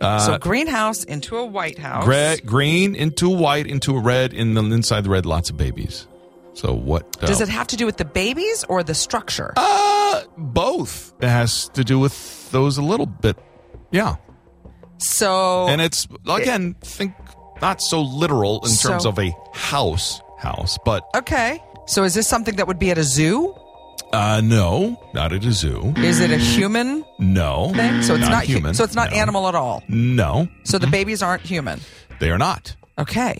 [SPEAKER 1] Uh,
[SPEAKER 2] greenhouse into a white house.
[SPEAKER 1] Gre- green into white into red, and then inside the red, lots of babies. So, what? uh,
[SPEAKER 2] Does it have to do with the babies or the structure?
[SPEAKER 1] Uh, both. It has to do with those a little bit. Yeah.
[SPEAKER 2] so
[SPEAKER 1] and it's again think not so literal in
[SPEAKER 2] So-
[SPEAKER 1] terms of a house house but
[SPEAKER 2] okay. So is this something that would be at a zoo?
[SPEAKER 1] uh no not at a zoo
[SPEAKER 2] Is it a human
[SPEAKER 1] no
[SPEAKER 2] thing? So it's not,
[SPEAKER 1] Mm.
[SPEAKER 2] hu-
[SPEAKER 1] human
[SPEAKER 2] So it's not
[SPEAKER 1] no. Mm-hmm.
[SPEAKER 2] animal at all.
[SPEAKER 1] no
[SPEAKER 2] So the babies aren't human.
[SPEAKER 1] they are not
[SPEAKER 2] Okay.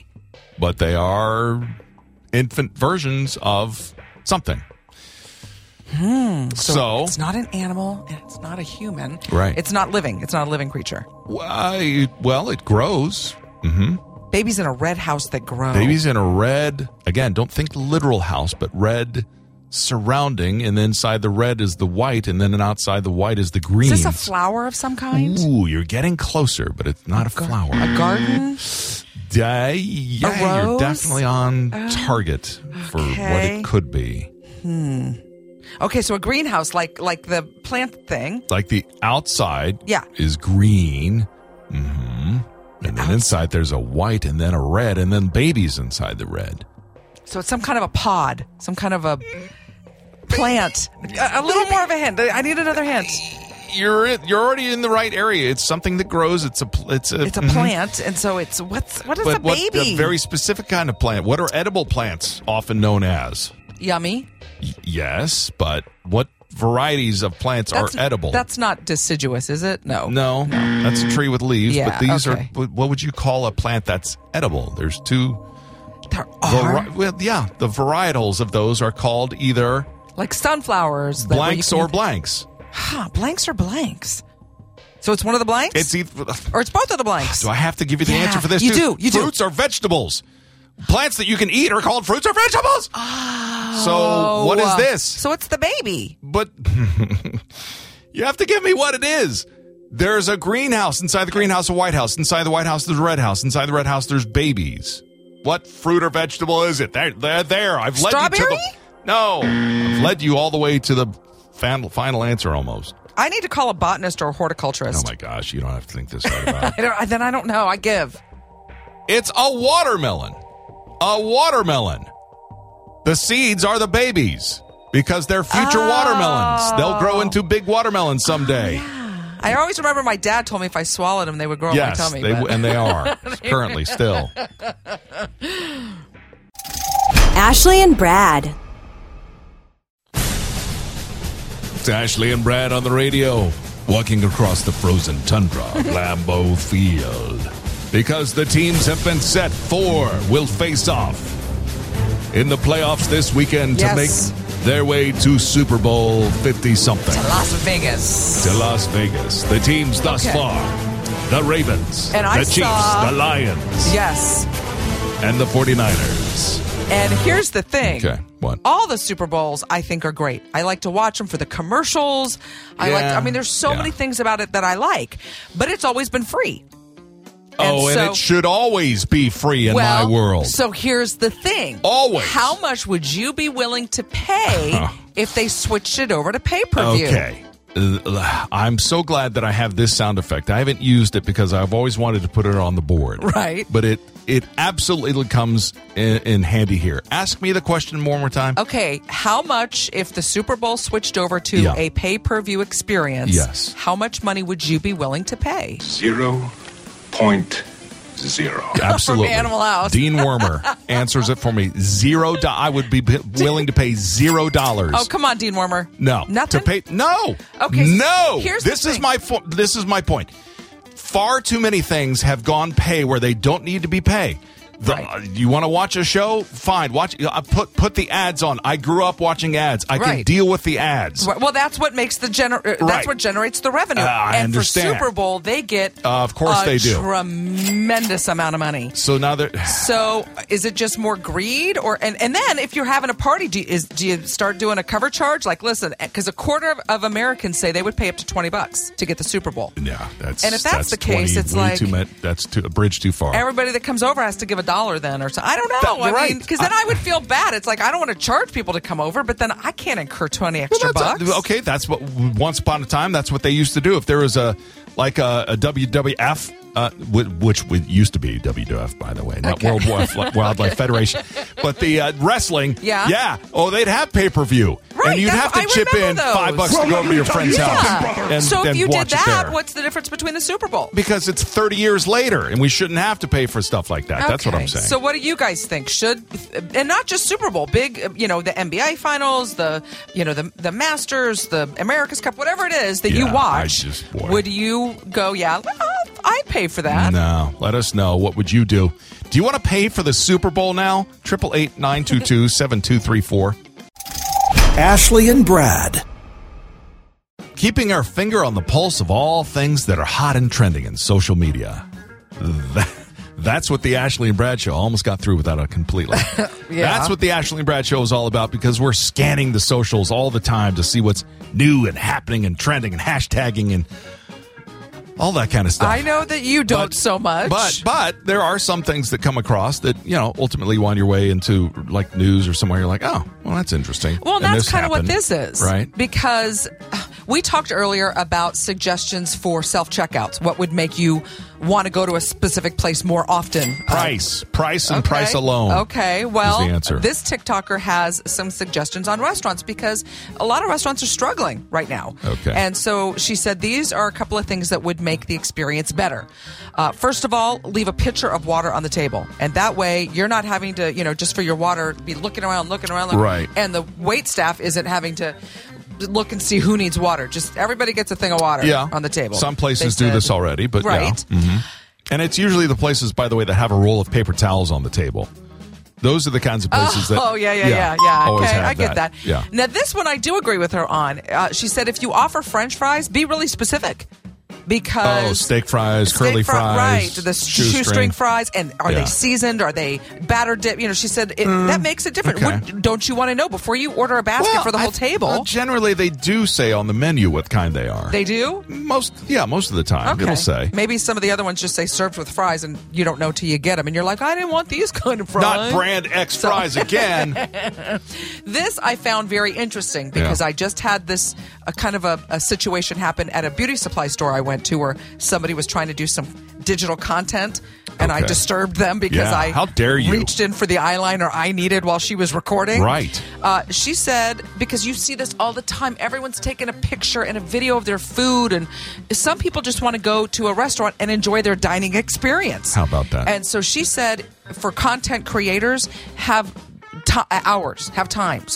[SPEAKER 1] but they are infant versions of something so
[SPEAKER 2] Hmm. It's not an animal and it's not a human.
[SPEAKER 1] Right.
[SPEAKER 2] It's not living. It's not a living creature.
[SPEAKER 1] why- well, it grows.
[SPEAKER 2] Babies in a red house that grow.
[SPEAKER 1] Babies in a red, again, don't think literal house, but red surrounding, and inside the red is the white, and then outside the white is the green.
[SPEAKER 2] Is this a flower of some kind?
[SPEAKER 1] Ooh, you're getting closer, but it's not a flower.
[SPEAKER 2] Oh, A garden?
[SPEAKER 1] Yeah, yeah, you're
[SPEAKER 2] rose? Oh,
[SPEAKER 1] definitely on target for what
[SPEAKER 2] okay.
[SPEAKER 1] it could be.
[SPEAKER 2] Okay, so a greenhouse, like like the plant thing.
[SPEAKER 1] Like the outside
[SPEAKER 2] Yeah.
[SPEAKER 1] is green. hmm And then inside there's a white and then a red and then babies inside the red.
[SPEAKER 2] So it's some kind of a pod, some kind of a plant. A, a little more of a hint. I need another hint.
[SPEAKER 1] You're in, you're already in the right area. It's something that grows. It's a pl- it's a
[SPEAKER 2] It's a
[SPEAKER 1] mhm.
[SPEAKER 2] plant, and so it's what's what is
[SPEAKER 1] But
[SPEAKER 2] a
[SPEAKER 1] what
[SPEAKER 2] baby?
[SPEAKER 1] a very specific kind of plant. What are edible plants often known as?
[SPEAKER 2] Yummy.
[SPEAKER 1] Y- yes, but what varieties of plants are edible?
[SPEAKER 2] That's not deciduous, is it? No.
[SPEAKER 1] No, that's a tree with leaves. but
[SPEAKER 2] Yeah,
[SPEAKER 1] these
[SPEAKER 2] okay.
[SPEAKER 1] are what would you call a plant that's edible? There's two.
[SPEAKER 2] There are
[SPEAKER 1] vari- well, yeah, the varietals of those are called either
[SPEAKER 2] like sunflowers. that- where you
[SPEAKER 1] blanks
[SPEAKER 2] can-
[SPEAKER 1] or blanks.
[SPEAKER 2] Huh, blanks or blanks. So it's one of the blanks,
[SPEAKER 1] It's either.
[SPEAKER 2] or it's both of the blanks.
[SPEAKER 1] Do I have to give you the
[SPEAKER 2] Yeah,
[SPEAKER 1] answer for this?
[SPEAKER 2] you
[SPEAKER 1] too?
[SPEAKER 2] do, you do.
[SPEAKER 1] fruits or vegetables. Plants that you can eat are called fruits or vegetables. so what is
[SPEAKER 2] Oh, uh,
[SPEAKER 1] this?
[SPEAKER 2] So it's the baby.
[SPEAKER 1] but you have to give me what it is. There's a greenhouse. Inside the greenhouse, a White House. Inside the White House, there's a Red House. Inside the Red House, there's babies. What fruit or vegetable is it? There, there, there. I've led you to
[SPEAKER 2] Strawberry?
[SPEAKER 1] the. No, I've led you all the way to the final, final answer almost.
[SPEAKER 2] I need to call a botanist or a
[SPEAKER 1] Oh
[SPEAKER 2] horticulturist.
[SPEAKER 1] my gosh, you don't have to think this hard about it.
[SPEAKER 2] I don't, I- then I don't know. I give.
[SPEAKER 1] It's a watermelon. A watermelon. The seeds are the babies because they're future watermelons. They'll grow into big watermelons someday.
[SPEAKER 2] I always remember my dad told me if I swallowed them, they would grow
[SPEAKER 1] yes,
[SPEAKER 2] on my tummy.
[SPEAKER 1] they,
[SPEAKER 2] but-
[SPEAKER 1] and they are currently still.
[SPEAKER 5] Ashley and Brad.
[SPEAKER 1] It's Ashley and Brad on the radio, walking across the frozen tundra of Lambeau Field. Because the teams have been set, four will face off in the playoffs this weekend
[SPEAKER 2] Yes.
[SPEAKER 1] to make their way to Super Bowl 50 something
[SPEAKER 2] Las Vegas.
[SPEAKER 1] to Las Vegas. The teams thus
[SPEAKER 2] Okay.
[SPEAKER 1] far the Ravens,
[SPEAKER 2] And
[SPEAKER 1] the
[SPEAKER 2] I
[SPEAKER 1] Chiefs,
[SPEAKER 2] saw-
[SPEAKER 1] the Lions,
[SPEAKER 2] Yes.
[SPEAKER 1] and the 49ers.
[SPEAKER 2] And here's the thing.
[SPEAKER 1] Okay, what?
[SPEAKER 2] All the Super Bowls I think are great. I like to watch them for the commercials. I like
[SPEAKER 1] Yeah.
[SPEAKER 2] I mean there's so
[SPEAKER 1] Yeah.
[SPEAKER 2] many things about it that I like, but it's always been free.
[SPEAKER 1] oh, and
[SPEAKER 2] so-
[SPEAKER 1] it should always be free in
[SPEAKER 2] well,
[SPEAKER 1] my world.
[SPEAKER 2] So here's the thing.
[SPEAKER 1] Always.
[SPEAKER 2] How much would you be willing to pay if they switched it over to pay-per-view?
[SPEAKER 1] Okay. Uh, I'm so glad that I have this sound effect. I haven't used it because I've always wanted to put it on the board.
[SPEAKER 2] Right.
[SPEAKER 1] But it it absolutely comes in, in handy here. Ask me the question one more time.
[SPEAKER 2] Okay, how much if the Super Bowl switched over to
[SPEAKER 1] Yeah.
[SPEAKER 2] a pay-per-view experience?
[SPEAKER 1] Yes.
[SPEAKER 2] How much money would you be willing to pay?
[SPEAKER 7] Zero point zero.
[SPEAKER 1] Absolutely.
[SPEAKER 2] Animal House.
[SPEAKER 1] Dean Wormer answers it for me. Zero. Do- I would be p- willing to pay zero dollars.
[SPEAKER 2] Oh, come on, Dean Warmer.
[SPEAKER 1] No.
[SPEAKER 2] Nothing.
[SPEAKER 1] To pay no.
[SPEAKER 2] Okay,
[SPEAKER 1] No.
[SPEAKER 2] here's the
[SPEAKER 1] this is
[SPEAKER 2] thing.
[SPEAKER 1] my fo- this is my point. Far too many things have gone pay where they don't need to be pay. The, uh, You want to watch a show? Fine. Watch. Uh, put put the ads on. I grew up watching ads. I can
[SPEAKER 2] Right.
[SPEAKER 1] deal with the ads.
[SPEAKER 2] Right, Well, that's what makes the gener- uh,
[SPEAKER 1] Right.
[SPEAKER 2] that's what generates the revenue.
[SPEAKER 1] Uh, I
[SPEAKER 2] and
[SPEAKER 1] understand.
[SPEAKER 2] for Super Bowl, they get
[SPEAKER 1] Uh, of course
[SPEAKER 2] a
[SPEAKER 1] they do.
[SPEAKER 2] tremendous amount of money.
[SPEAKER 1] So now they're
[SPEAKER 2] So, is it just more greed, or and, and then if you're having a party, do you, is, do you start doing a cover charge? Like, listen, because a quarter of, of Americans say they would pay up to twenty bucks to get the Super Bowl.
[SPEAKER 1] yeah. That's
[SPEAKER 2] And if that's the case,
[SPEAKER 1] 20,
[SPEAKER 2] it's
[SPEAKER 1] way
[SPEAKER 2] like-
[SPEAKER 1] too much. That's too, a bridge too far.
[SPEAKER 2] Everybody that comes over has to give a dollar then, or so. I don't know.
[SPEAKER 1] That-
[SPEAKER 2] I
[SPEAKER 1] right.
[SPEAKER 2] because then
[SPEAKER 1] I-
[SPEAKER 2] I, would feel bad. It's like I don't want to charge people to come over, but then I can't incur twenty
[SPEAKER 1] Well,
[SPEAKER 2] extra
[SPEAKER 1] that's-
[SPEAKER 2] bucks.
[SPEAKER 1] okay, that's what once upon a time that's what they used to do. If there was a like a, a WWF, uh, whi- which would- used to be WWF, by the way, not World Wildlife, Wildlife Federation, but the uh, wrestling.
[SPEAKER 2] Yeah.
[SPEAKER 1] yeah. Oh, they'd have pay per view,
[SPEAKER 2] Right,
[SPEAKER 1] and you'd
[SPEAKER 2] that's-
[SPEAKER 1] have to
[SPEAKER 2] I
[SPEAKER 1] chip in
[SPEAKER 2] remember
[SPEAKER 1] five
[SPEAKER 2] those.
[SPEAKER 1] bucks to go over to your friend's house
[SPEAKER 2] Yeah.
[SPEAKER 1] and,
[SPEAKER 2] so if
[SPEAKER 1] and
[SPEAKER 2] you did
[SPEAKER 1] watch it
[SPEAKER 2] that,
[SPEAKER 1] there.
[SPEAKER 2] what's the difference between the Super Bowl?
[SPEAKER 1] because it's 30 years later and we shouldn't have to pay for stuff like that. That's what
[SPEAKER 2] Okay.
[SPEAKER 1] I'm saying.
[SPEAKER 2] So, what do you guys think? Should and not just Super Bowl, big, uh, you know, the NBA Finals, the you know the the Masters, the America's Cup, whatever it is that
[SPEAKER 1] Yeah, I
[SPEAKER 2] you watch.
[SPEAKER 1] just- boy.
[SPEAKER 2] would you go? Yeah, I pay for that.
[SPEAKER 1] No, let us know. What would you do? Do you want to pay for the Super Bowl now? 888 922 7234.
[SPEAKER 3] Ashley and Brad.
[SPEAKER 1] Keeping our finger on the pulse of all things that are hot and trending in social media. That- that's what the Ashley and Brad show I almost got through without it completely. That's what the Ashley and Brad show is all about because we're scanning the socials all the time to see what's new and happening and trending and hashtagging and all that kind of stuff.
[SPEAKER 2] I know that you don't
[SPEAKER 1] But-
[SPEAKER 2] so much.
[SPEAKER 1] But but there are some things that come across that you know ultimately you on your way into like news or somewhere. You're like, oh, well, that's interesting.
[SPEAKER 2] Well,
[SPEAKER 1] And
[SPEAKER 2] that's
[SPEAKER 1] this
[SPEAKER 2] kind of what
[SPEAKER 1] happened,
[SPEAKER 2] this is.
[SPEAKER 1] right?
[SPEAKER 2] Because uh, we talked earlier about suggestions for self checkouts, what would make you want to go to a specific place more often. Uh,
[SPEAKER 1] Price, price, and
[SPEAKER 2] okay.
[SPEAKER 1] price alone.
[SPEAKER 2] Okay, well,
[SPEAKER 1] is the answer.
[SPEAKER 2] this TikToker has some suggestions on restaurants because a lot of restaurants are struggling right now.
[SPEAKER 1] Okay.
[SPEAKER 2] And so she said these are a couple of things that would make the experience better. Uh, first of all, leave a pitcher of water on the table, and that way you're not having to, you know, just for your water, be looking around, looking around, looking,
[SPEAKER 1] Right.
[SPEAKER 2] And the wait staff isn't having to. Look and see who needs water. Just everybody gets a thing of water
[SPEAKER 1] yeah,
[SPEAKER 2] on the table.
[SPEAKER 1] Some places
[SPEAKER 2] they
[SPEAKER 1] do
[SPEAKER 2] said.
[SPEAKER 1] this already, but yeah. Mm-hmm.
[SPEAKER 2] right.
[SPEAKER 1] And it's usually the places, by the way, that have a roll of paper towels on the table. Those are the kinds of places that.
[SPEAKER 2] Oh yeah, yeah, yeah, yeah.
[SPEAKER 1] always
[SPEAKER 2] Okay,
[SPEAKER 1] have
[SPEAKER 2] I get that.
[SPEAKER 1] Yeah.
[SPEAKER 2] Now this one I do agree with her on. Uh, she said if you offer French fries, be really specific because
[SPEAKER 1] Oh, steak fries,
[SPEAKER 2] Steak
[SPEAKER 1] curly
[SPEAKER 2] fri-
[SPEAKER 1] fries,
[SPEAKER 2] right? The
[SPEAKER 1] shoestring.
[SPEAKER 2] shoestring, fries, and are
[SPEAKER 1] Yeah. Mm,
[SPEAKER 2] they seasoned? Are they batter dip? You know, she said it, that makes it different.
[SPEAKER 1] okay.
[SPEAKER 2] Would- don't you want to know before you order a basket
[SPEAKER 1] Well,
[SPEAKER 2] for the
[SPEAKER 1] I- uh,
[SPEAKER 2] whole table?
[SPEAKER 1] well, generally, they do say on the menu what kind they are.
[SPEAKER 2] they do.
[SPEAKER 1] most, yeah, most of the time
[SPEAKER 2] Okay.
[SPEAKER 1] it'll say
[SPEAKER 2] Maybe some of the other ones just say served with fries, and you don't know till you get them, and you're like, I didn't want these kind of
[SPEAKER 1] not
[SPEAKER 2] fries.
[SPEAKER 1] brand X
[SPEAKER 2] So-
[SPEAKER 1] fries again.
[SPEAKER 2] This I found very interesting because
[SPEAKER 1] Yeah.
[SPEAKER 2] I just had this a kind of a, a situation happen at a beauty supply store I went to where somebody was trying to do some digital content and I
[SPEAKER 1] Okay.
[SPEAKER 2] disturbed them because
[SPEAKER 1] Yeah,
[SPEAKER 2] I
[SPEAKER 1] how dare you.
[SPEAKER 2] reached in for the eyeliner I needed while she was recording.
[SPEAKER 1] Right.
[SPEAKER 2] Uh, she said because you see this all the time everyone's taking a picture and a video of their food and some people just want to go to a restaurant and enjoy their dining experience.
[SPEAKER 1] How about that?
[SPEAKER 2] And so she said for content creators have ti hours, have times.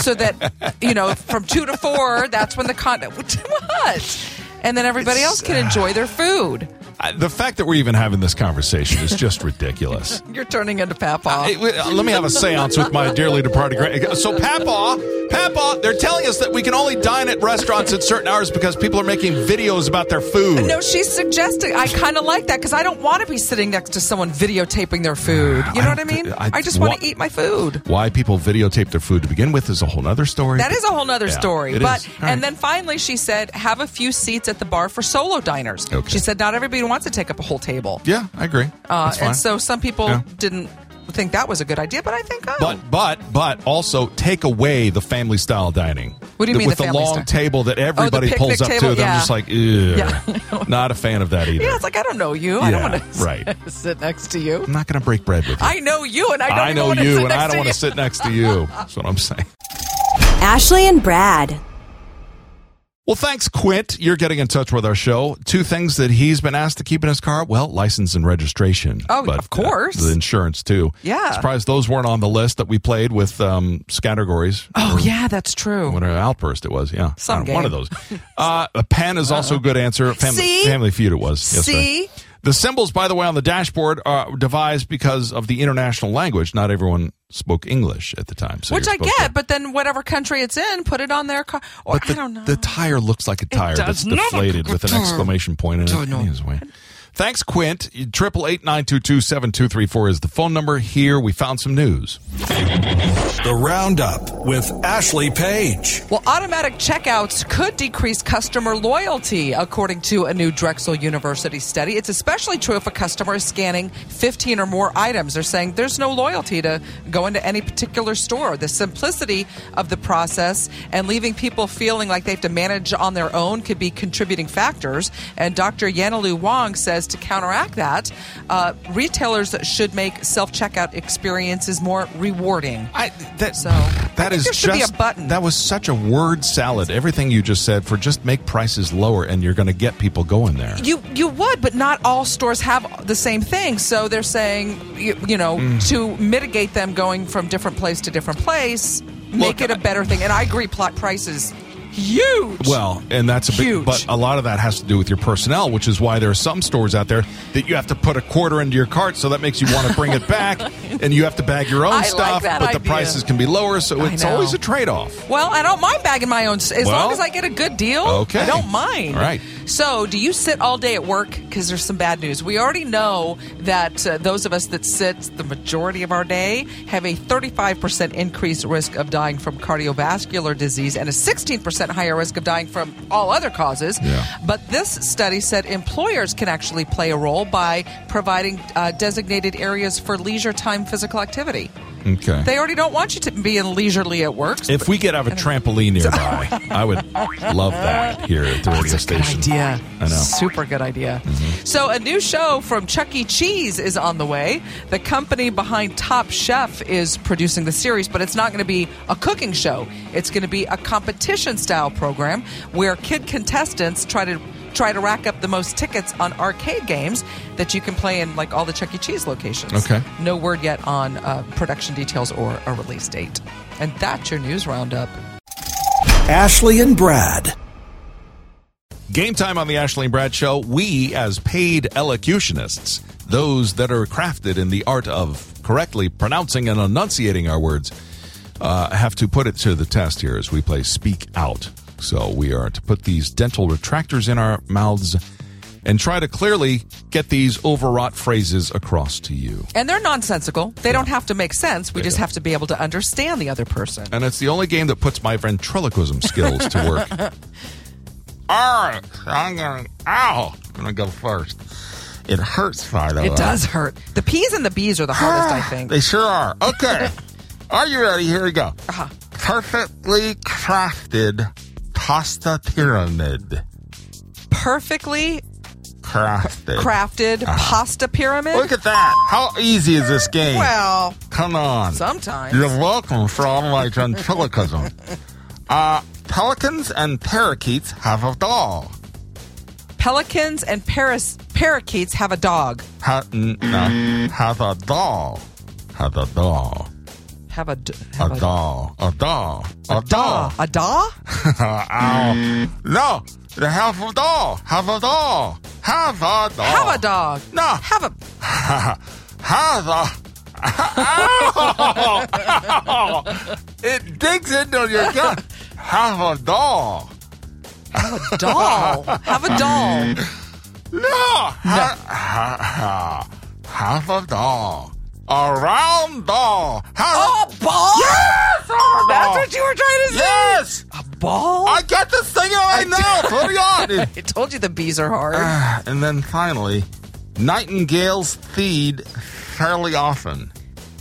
[SPEAKER 2] so that you know from 2 to 4 that's when the content what? And then everybody else can enjoy their food.
[SPEAKER 1] I- the fact that we're even having this conversation is just ridiculous.
[SPEAKER 2] You're turning into papa.
[SPEAKER 1] Hey, w- uh, let me have a séance with my dearly departed. Gra- so, Papa, Papa, they're telling us that we can only dine at restaurants at certain hours because people are making videos about their food.
[SPEAKER 2] no, she's suggesting. I kind of like that because I don't want to be sitting next to someone videotaping their food. You
[SPEAKER 1] I
[SPEAKER 2] know what I
[SPEAKER 1] don't thi-
[SPEAKER 2] mean?
[SPEAKER 1] I-
[SPEAKER 2] I, just want
[SPEAKER 1] what-
[SPEAKER 2] to eat my food.
[SPEAKER 1] Why people videotape their food to begin with is a whole other story.
[SPEAKER 2] That is a whole nother
[SPEAKER 1] Yeah,
[SPEAKER 2] story.
[SPEAKER 1] it
[SPEAKER 2] But
[SPEAKER 1] is. All right.
[SPEAKER 2] and then finally she said, have a few seats at the bar for solo diners.
[SPEAKER 1] Okay.
[SPEAKER 2] She said not everybody wants to take up a whole table.
[SPEAKER 1] yeah, I agree.
[SPEAKER 2] Uh,
[SPEAKER 1] That's fine.
[SPEAKER 2] and so some people
[SPEAKER 1] Yeah.
[SPEAKER 2] didn't think that was a good idea, but I think oh,
[SPEAKER 1] But but but also take away the family style dining.
[SPEAKER 2] What do you mean
[SPEAKER 1] with
[SPEAKER 2] the
[SPEAKER 1] the,
[SPEAKER 2] family
[SPEAKER 1] long
[SPEAKER 2] style?
[SPEAKER 1] table that everybody
[SPEAKER 2] picnic
[SPEAKER 1] pulls up
[SPEAKER 2] table?
[SPEAKER 1] to? That I'm
[SPEAKER 2] Yeah.
[SPEAKER 1] just like, ew,
[SPEAKER 2] Yeah.
[SPEAKER 1] not a fan of that either.
[SPEAKER 2] yeah, it's like I don't know you. I don't
[SPEAKER 1] Yeah,
[SPEAKER 2] want to
[SPEAKER 1] right.
[SPEAKER 2] sit next to you.
[SPEAKER 1] I'm not going to break bread with you.
[SPEAKER 2] I know you, and I don't.
[SPEAKER 1] I
[SPEAKER 2] even
[SPEAKER 1] know
[SPEAKER 2] wanna
[SPEAKER 1] you,
[SPEAKER 2] sit
[SPEAKER 1] and
[SPEAKER 2] next
[SPEAKER 1] I don't
[SPEAKER 2] to
[SPEAKER 1] want
[SPEAKER 2] you.
[SPEAKER 1] to sit next to you. That's what I'm saying.
[SPEAKER 5] Ashley and Brad.
[SPEAKER 1] Well, thanks, Quint. You're getting in touch with our show. Two things that he's been asked to keep in his car well, license and registration. uh,
[SPEAKER 2] Oh, of course.
[SPEAKER 1] the insurance, too.
[SPEAKER 2] Yeah.
[SPEAKER 1] Surprised those weren't on the list that we played with um, categories.
[SPEAKER 2] Oh yeah, that's true.
[SPEAKER 1] When an outburst it was, yeah.
[SPEAKER 2] Some
[SPEAKER 1] Uh, One
[SPEAKER 2] game.
[SPEAKER 1] of those. Uh, a pen is also a good answer. Family,
[SPEAKER 2] See?
[SPEAKER 1] family Feud it was. Yes, sir.
[SPEAKER 2] See?
[SPEAKER 1] The symbols, by the way, on the dashboard are devised because of the international language. Not everyone spoke English at the time. So
[SPEAKER 2] Which
[SPEAKER 1] you're
[SPEAKER 2] I
[SPEAKER 1] supposed
[SPEAKER 2] get,
[SPEAKER 1] to-
[SPEAKER 2] but then whatever country it's in, put it on their car. Or
[SPEAKER 1] but the,
[SPEAKER 2] I don't know.
[SPEAKER 1] the tire looks like a tire
[SPEAKER 2] does
[SPEAKER 1] that's
[SPEAKER 2] not look
[SPEAKER 1] deflated
[SPEAKER 2] like a
[SPEAKER 1] with an
[SPEAKER 2] tire.
[SPEAKER 1] exclamation point in it.
[SPEAKER 2] Don't know.
[SPEAKER 1] Anyway. Thanks, Quint. Triple eight nine two two seven two three four is the phone number. Here we found some news.
[SPEAKER 3] The Roundup with Ashley Page.
[SPEAKER 2] Well, automatic checkouts could decrease customer loyalty, according to a new Drexel University study. It's especially true if a customer is scanning 15 or more items. They're saying there's no loyalty to going to any particular store. The simplicity of the process and leaving people feeling like they have to manage on their own could be contributing factors. And Dr. Yanalu Wong says to counteract that, uh, retailers should make self checkout experiences more rewarding.
[SPEAKER 1] I that
[SPEAKER 2] So, I
[SPEAKER 1] that
[SPEAKER 2] think
[SPEAKER 1] is
[SPEAKER 2] there should be
[SPEAKER 1] just
[SPEAKER 2] a button.
[SPEAKER 1] that was such a word salad. Everything you just said for just make prices lower, and you're going to get people going there.
[SPEAKER 2] You you would, but not all stores have the same thing. So they're saying, you, you know, to mitigate them going from different place to different place, make
[SPEAKER 1] Look,
[SPEAKER 2] it a better thing. And I agree, plot prices huge.
[SPEAKER 1] Well, and that's a big,
[SPEAKER 2] Huge.
[SPEAKER 1] but a lot of that has to do with your personnel, which is why there are some stores out there that you have to put a quarter into your cart, so that makes you want to bring it back, and you have to bag your own
[SPEAKER 2] I like
[SPEAKER 1] stuff,
[SPEAKER 2] that
[SPEAKER 1] but the
[SPEAKER 2] idea.
[SPEAKER 1] prices can be lower, so
[SPEAKER 2] I
[SPEAKER 1] it's
[SPEAKER 2] know.
[SPEAKER 1] always a trade-off.
[SPEAKER 2] Well, I don't mind bagging my own. s- As
[SPEAKER 1] Well,
[SPEAKER 2] long as I get a good deal,
[SPEAKER 1] okay.
[SPEAKER 2] I don't mind.
[SPEAKER 1] All right.
[SPEAKER 2] So, do you sit all day at work? Because there's some bad news. We already know that uh, those of us that sit the majority of our day have a 35% increased risk of dying from cardiovascular disease and a 16% higher risk of dying from all other causes.
[SPEAKER 1] Yeah.
[SPEAKER 2] But this study said employers can actually play a role by providing uh, designated areas for leisure time physical activity.
[SPEAKER 1] Okay.
[SPEAKER 2] They already don't want you to be in leisurely at work. so
[SPEAKER 1] if we could have a trampoline nearby, I would love that here at the radio station.
[SPEAKER 2] Good idea.
[SPEAKER 1] I know.
[SPEAKER 2] Super good idea. So, a new show from Chuck E. Cheese is on the way. The company behind Top Chef is producing the series, but it's not going to be a cooking show. It's going to be a competition style program where kid contestants try to try to rack up the most tickets on arcade games that you can play in like all the Chuck E. Cheese locations.
[SPEAKER 1] Okay.
[SPEAKER 2] No word yet on uh, production details or a release date. And that's your news roundup.
[SPEAKER 3] Ashley and Brad.
[SPEAKER 1] Game time on the Ashley and Brad Show. We, as paid elocutionists, those that are crafted in the art of correctly pronouncing and enunciating our words, uh, have to put it to the test here as we play Speak Out. So we are to put these dental retractors in our mouths and try to clearly get these overwrought phrases across to you.
[SPEAKER 2] And they're nonsensical. They don't have to make sense. We just have to be able to understand the other person.
[SPEAKER 1] And it's the only game that puts my ventriloquism skills to work. All right, I'm gonna. Ow! I'm gonna go first. It hurts, by the way.
[SPEAKER 2] It does hurt. The P's and the B's are the hardest, I think.
[SPEAKER 1] They sure are. Okay. are you ready? Here we go.
[SPEAKER 2] Uh-huh.
[SPEAKER 1] Perfectly crafted pasta pyramid.
[SPEAKER 2] Perfectly
[SPEAKER 1] Crafted.
[SPEAKER 2] crafted pasta pyramid.
[SPEAKER 1] Ah. Look at that. How easy is this game?
[SPEAKER 2] well,
[SPEAKER 1] Come on.
[SPEAKER 2] sometimes.
[SPEAKER 1] You're welcome for all my ventriloquism. uh, pelicans and parakeets have a doll.
[SPEAKER 2] Pelicans and paras- parakeets have a dog.
[SPEAKER 1] Ha- n- no. Have a doll. Have a doll.
[SPEAKER 2] Have a, d-
[SPEAKER 1] A Oh.
[SPEAKER 2] have
[SPEAKER 1] doll. A doll. A
[SPEAKER 2] Daw.
[SPEAKER 1] doll.
[SPEAKER 2] A daw?
[SPEAKER 1] Ow. No. They have a doll. Have a doll. Have a doll.
[SPEAKER 2] Have a dog.
[SPEAKER 1] Oh. No.
[SPEAKER 2] Have a.
[SPEAKER 1] Have a. Ow! Ow! It digs into your gut. Have a doll.
[SPEAKER 2] Doll. have a doll.
[SPEAKER 1] No. Ha- ha- ha. Have a doll. A round doll. Have
[SPEAKER 2] Oh, a ball?
[SPEAKER 1] Yes! Have a
[SPEAKER 2] That's
[SPEAKER 1] doll.
[SPEAKER 2] what you were trying to say?
[SPEAKER 1] Yes!
[SPEAKER 2] Ball?
[SPEAKER 1] I got this thing right now. Put it on.
[SPEAKER 2] I told you the B's are hard.
[SPEAKER 1] and then finally, nightingales feed fairly often.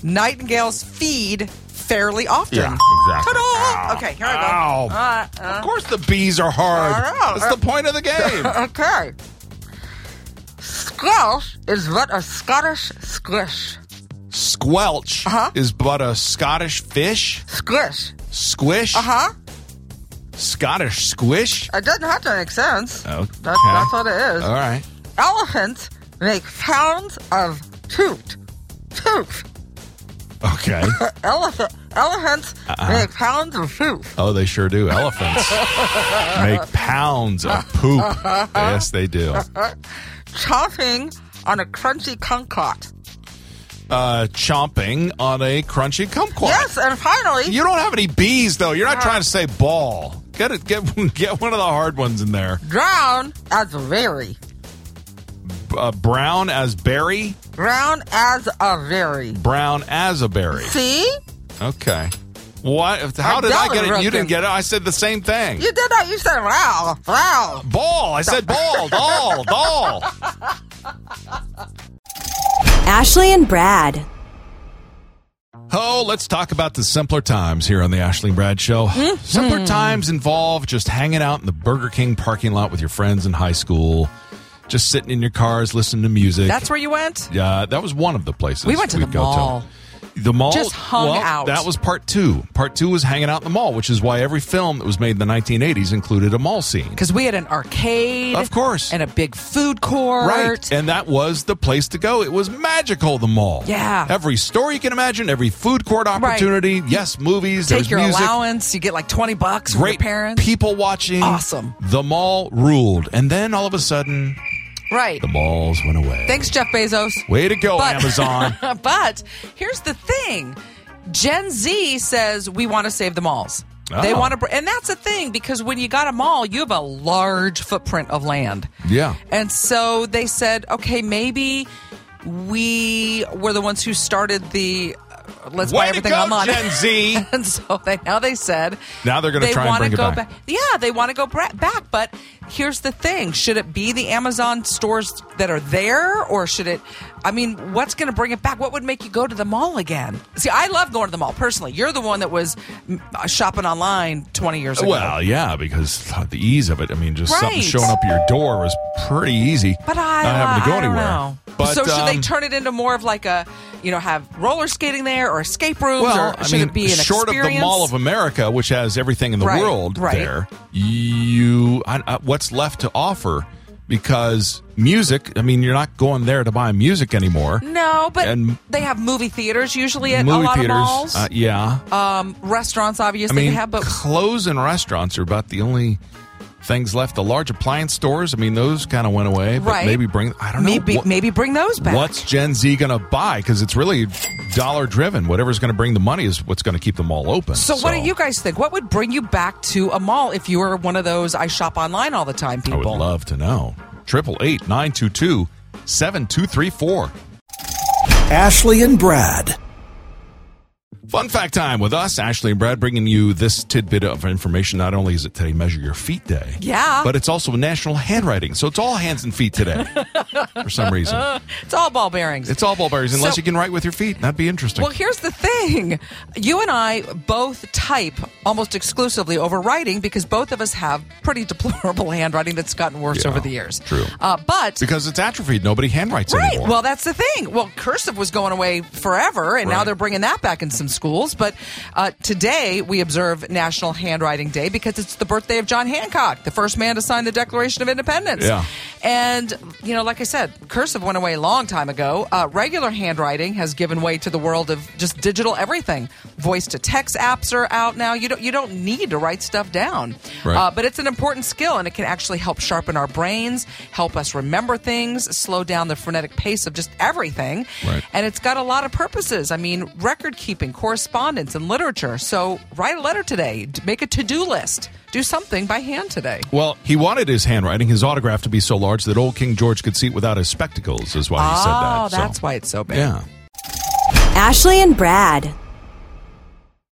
[SPEAKER 2] Nightingales feed fairly often.
[SPEAKER 1] Yeah, exactly.
[SPEAKER 2] Ta-da!
[SPEAKER 1] Ow.
[SPEAKER 2] Okay, here I
[SPEAKER 1] Ow.
[SPEAKER 2] go. Uh, uh,
[SPEAKER 1] Of course, the bees are hard.
[SPEAKER 2] I know.
[SPEAKER 1] That's the point of the game.
[SPEAKER 2] okay. Squelch is what a Scottish squish.
[SPEAKER 1] Squelch is but a Scottish fish.
[SPEAKER 2] Squish.
[SPEAKER 1] Squish.
[SPEAKER 2] Huh?
[SPEAKER 1] Scottish squish.
[SPEAKER 2] It doesn't have to make sense.
[SPEAKER 1] Okay.
[SPEAKER 2] That- that's what it is.
[SPEAKER 1] Uh, All right.
[SPEAKER 2] Elephants make sounds of toot. Toot.
[SPEAKER 1] Okay.
[SPEAKER 2] Elephant. Elephants
[SPEAKER 1] Uh-uh.
[SPEAKER 2] make sounds of toot.
[SPEAKER 1] Oh, they sure do. Elephants make pounds of poop. Yes, they do.
[SPEAKER 2] Chopping on a crunchy kumquat.
[SPEAKER 1] Uh, chomping on a crunchy kumquat.
[SPEAKER 2] Yes, Uh-huh. and finally,
[SPEAKER 1] You don't have any bees though. You're not trying to say ball. Get it. Get get one of the hard ones in there.
[SPEAKER 2] drown as a very.
[SPEAKER 1] Uh, brown as berry.
[SPEAKER 2] Brown as a very.
[SPEAKER 1] Brown as a berry.
[SPEAKER 2] See?
[SPEAKER 1] Okay. What? How
[SPEAKER 2] I
[SPEAKER 1] did I
[SPEAKER 2] got
[SPEAKER 1] get
[SPEAKER 2] it
[SPEAKER 1] it? You didn't
[SPEAKER 2] broken.
[SPEAKER 1] get it. I said the same thing.
[SPEAKER 2] You did that. You said, wow, wow.
[SPEAKER 1] Ball. I said ball. Doll. Doll.
[SPEAKER 5] Ashley and Brad.
[SPEAKER 1] Oh, let's talk about the simpler times here on the Ashley and Brad Show.
[SPEAKER 2] Mm-hmm.
[SPEAKER 1] Simpler times involve just hanging out in the Burger King parking lot with your friends in high school, just sitting in your cars, listening to music.
[SPEAKER 2] That's where you went?
[SPEAKER 1] Yeah, that was uh, one of the places
[SPEAKER 2] We went to the
[SPEAKER 1] we'd go
[SPEAKER 2] mall.
[SPEAKER 1] The mall
[SPEAKER 2] Just hung
[SPEAKER 1] well,
[SPEAKER 2] out.
[SPEAKER 1] That was part two. Part two was hanging out in the mall, which is why every film that was made in the 1980s included a mall scene.
[SPEAKER 2] Because we had an arcade.
[SPEAKER 1] Of course.
[SPEAKER 2] And a big food court.
[SPEAKER 1] Right. And that was the place to go. It was magical, the mall.
[SPEAKER 2] Yeah.
[SPEAKER 1] Every store you can imagine, every food court opportunity. Yes, movies.
[SPEAKER 2] Take
[SPEAKER 1] there's
[SPEAKER 2] your
[SPEAKER 1] music.
[SPEAKER 2] allowance. You get like 20 bucks from your
[SPEAKER 1] Great
[SPEAKER 2] parents.
[SPEAKER 1] people watching.
[SPEAKER 2] Awesome.
[SPEAKER 1] The mall ruled. And then all of a sudden,
[SPEAKER 2] right.
[SPEAKER 1] the malls went away.
[SPEAKER 2] Thanks, Jeff Bezos.
[SPEAKER 1] Way to go,
[SPEAKER 2] But-
[SPEAKER 1] Oh, Amazon.
[SPEAKER 2] but here's the thing Gen Z says we want to save the malls. They
[SPEAKER 1] Oh.
[SPEAKER 2] want to, br- and that's a thing because when you got a mall, you have a large footprint of land.
[SPEAKER 1] Yeah.
[SPEAKER 2] And so they said, okay, maybe we were the ones who started the uh, let's buy
[SPEAKER 1] Way to
[SPEAKER 2] everything
[SPEAKER 1] go,
[SPEAKER 2] online.
[SPEAKER 1] Gen Z.
[SPEAKER 2] and so they, now they said
[SPEAKER 1] Now they're gonna
[SPEAKER 2] they
[SPEAKER 1] try and
[SPEAKER 2] wanna
[SPEAKER 1] bring it
[SPEAKER 2] go
[SPEAKER 1] back.
[SPEAKER 2] Yeah, they want to go bra- back. But here's the thing: should it be the Amazon stores that are there, or should it? I mean, what's going to bring it back? What would make you go to the mall again? See, I love going to the mall personally. You're the one that was mm, uh, shopping online 20 years ago.
[SPEAKER 1] Well, yeah, because the ease of it. I mean, just something
[SPEAKER 2] Right.
[SPEAKER 1] showing up at your door was pretty easy.
[SPEAKER 2] But I,
[SPEAKER 1] not having to go
[SPEAKER 2] I don't
[SPEAKER 1] anywhere.
[SPEAKER 2] know.
[SPEAKER 1] But
[SPEAKER 2] so should they
[SPEAKER 1] um,
[SPEAKER 2] turn it into more of like a, you know, have roller skating there or escape rooms,
[SPEAKER 1] Well,
[SPEAKER 2] or
[SPEAKER 1] I
[SPEAKER 2] should
[SPEAKER 1] mean,
[SPEAKER 2] it be an
[SPEAKER 1] short of
[SPEAKER 2] experience?
[SPEAKER 1] the Mall of America, which has everything in the
[SPEAKER 2] Right,
[SPEAKER 1] world
[SPEAKER 2] right.
[SPEAKER 1] there, you I, I, what's left to offer? Because music, I mean, you're not going there to buy music anymore.
[SPEAKER 2] no, but
[SPEAKER 1] and-
[SPEAKER 2] they have movie theaters usually at
[SPEAKER 1] Movie
[SPEAKER 2] a lot
[SPEAKER 1] theaters,
[SPEAKER 2] of malls.
[SPEAKER 1] uh, yeah.
[SPEAKER 2] um, restaurants,
[SPEAKER 1] I
[SPEAKER 2] obviously,
[SPEAKER 1] mean,
[SPEAKER 2] they have, but
[SPEAKER 1] clothes and restaurants are about the only things left. The large appliance stores, I mean, those kind of went away. But
[SPEAKER 2] Right.
[SPEAKER 1] Maybe bring. I don't know.
[SPEAKER 2] maybe
[SPEAKER 1] what-
[SPEAKER 2] maybe bring those back.
[SPEAKER 1] What's Gen Z going to buy? Because it's really dollar driven. Whatever's going to bring the money is what's going to keep them all open.
[SPEAKER 2] So, what do you guys think? What would bring you back to a mall if you were one of those I shop online all the time
[SPEAKER 1] I
[SPEAKER 2] people?
[SPEAKER 1] would love to know. Triple eight nine two two seven two three four.
[SPEAKER 3] Ashley and Brad.
[SPEAKER 1] Fun fact time with us, Ashley and Brad, bringing you this tidbit of information. Not only is it today Measure Your Feet Day,
[SPEAKER 2] Yeah.
[SPEAKER 1] but it's also National Handwriting. So it's all hands and feet today for some reason.
[SPEAKER 2] it's all ball bearings.
[SPEAKER 1] It's all ball bearings unless
[SPEAKER 2] So-
[SPEAKER 1] you can write with your feet. That'd be interesting.
[SPEAKER 2] Well, here's the thing. You and I both type almost exclusively over writing because both of us have pretty deplorable handwriting that's gotten worse
[SPEAKER 1] Yeah,
[SPEAKER 2] over the years.
[SPEAKER 1] true.
[SPEAKER 2] Uh, but.
[SPEAKER 1] because it's atrophied, nobody handwrites
[SPEAKER 2] Right.
[SPEAKER 1] anymore.
[SPEAKER 2] Well, that's the thing. Well, cursive was going away forever, and now
[SPEAKER 1] Right.
[SPEAKER 2] they're bringing that back in some schools. But uh, today we observe National Handwriting Day because it's the birthday of John Hancock, the first man to sign the Declaration of Independence.
[SPEAKER 1] Yeah.
[SPEAKER 2] And, you know, like I said, cursive went away a long time ago. Uh, regular handwriting has given way to the world of just digital everything. Voice to text apps are out now. You don't, you don't need to write stuff down.
[SPEAKER 1] Right.
[SPEAKER 2] Uh, but it's an important skill and it can actually help sharpen our brains, help us remember things, slow down the frenetic pace of just everything.
[SPEAKER 1] Right.
[SPEAKER 2] And it's got a lot of purposes. I mean, record keeping, correspondence, and literature. So write a letter today, D- make a to do list, do something by hand today.
[SPEAKER 1] Well, he wanted his handwriting, his autograph, to be so large that old King George could see it without his spectacles. Is why he said that.
[SPEAKER 2] oh,
[SPEAKER 1] So,
[SPEAKER 2] that's why it's so big.
[SPEAKER 1] Yeah.
[SPEAKER 5] Ashley and Brad.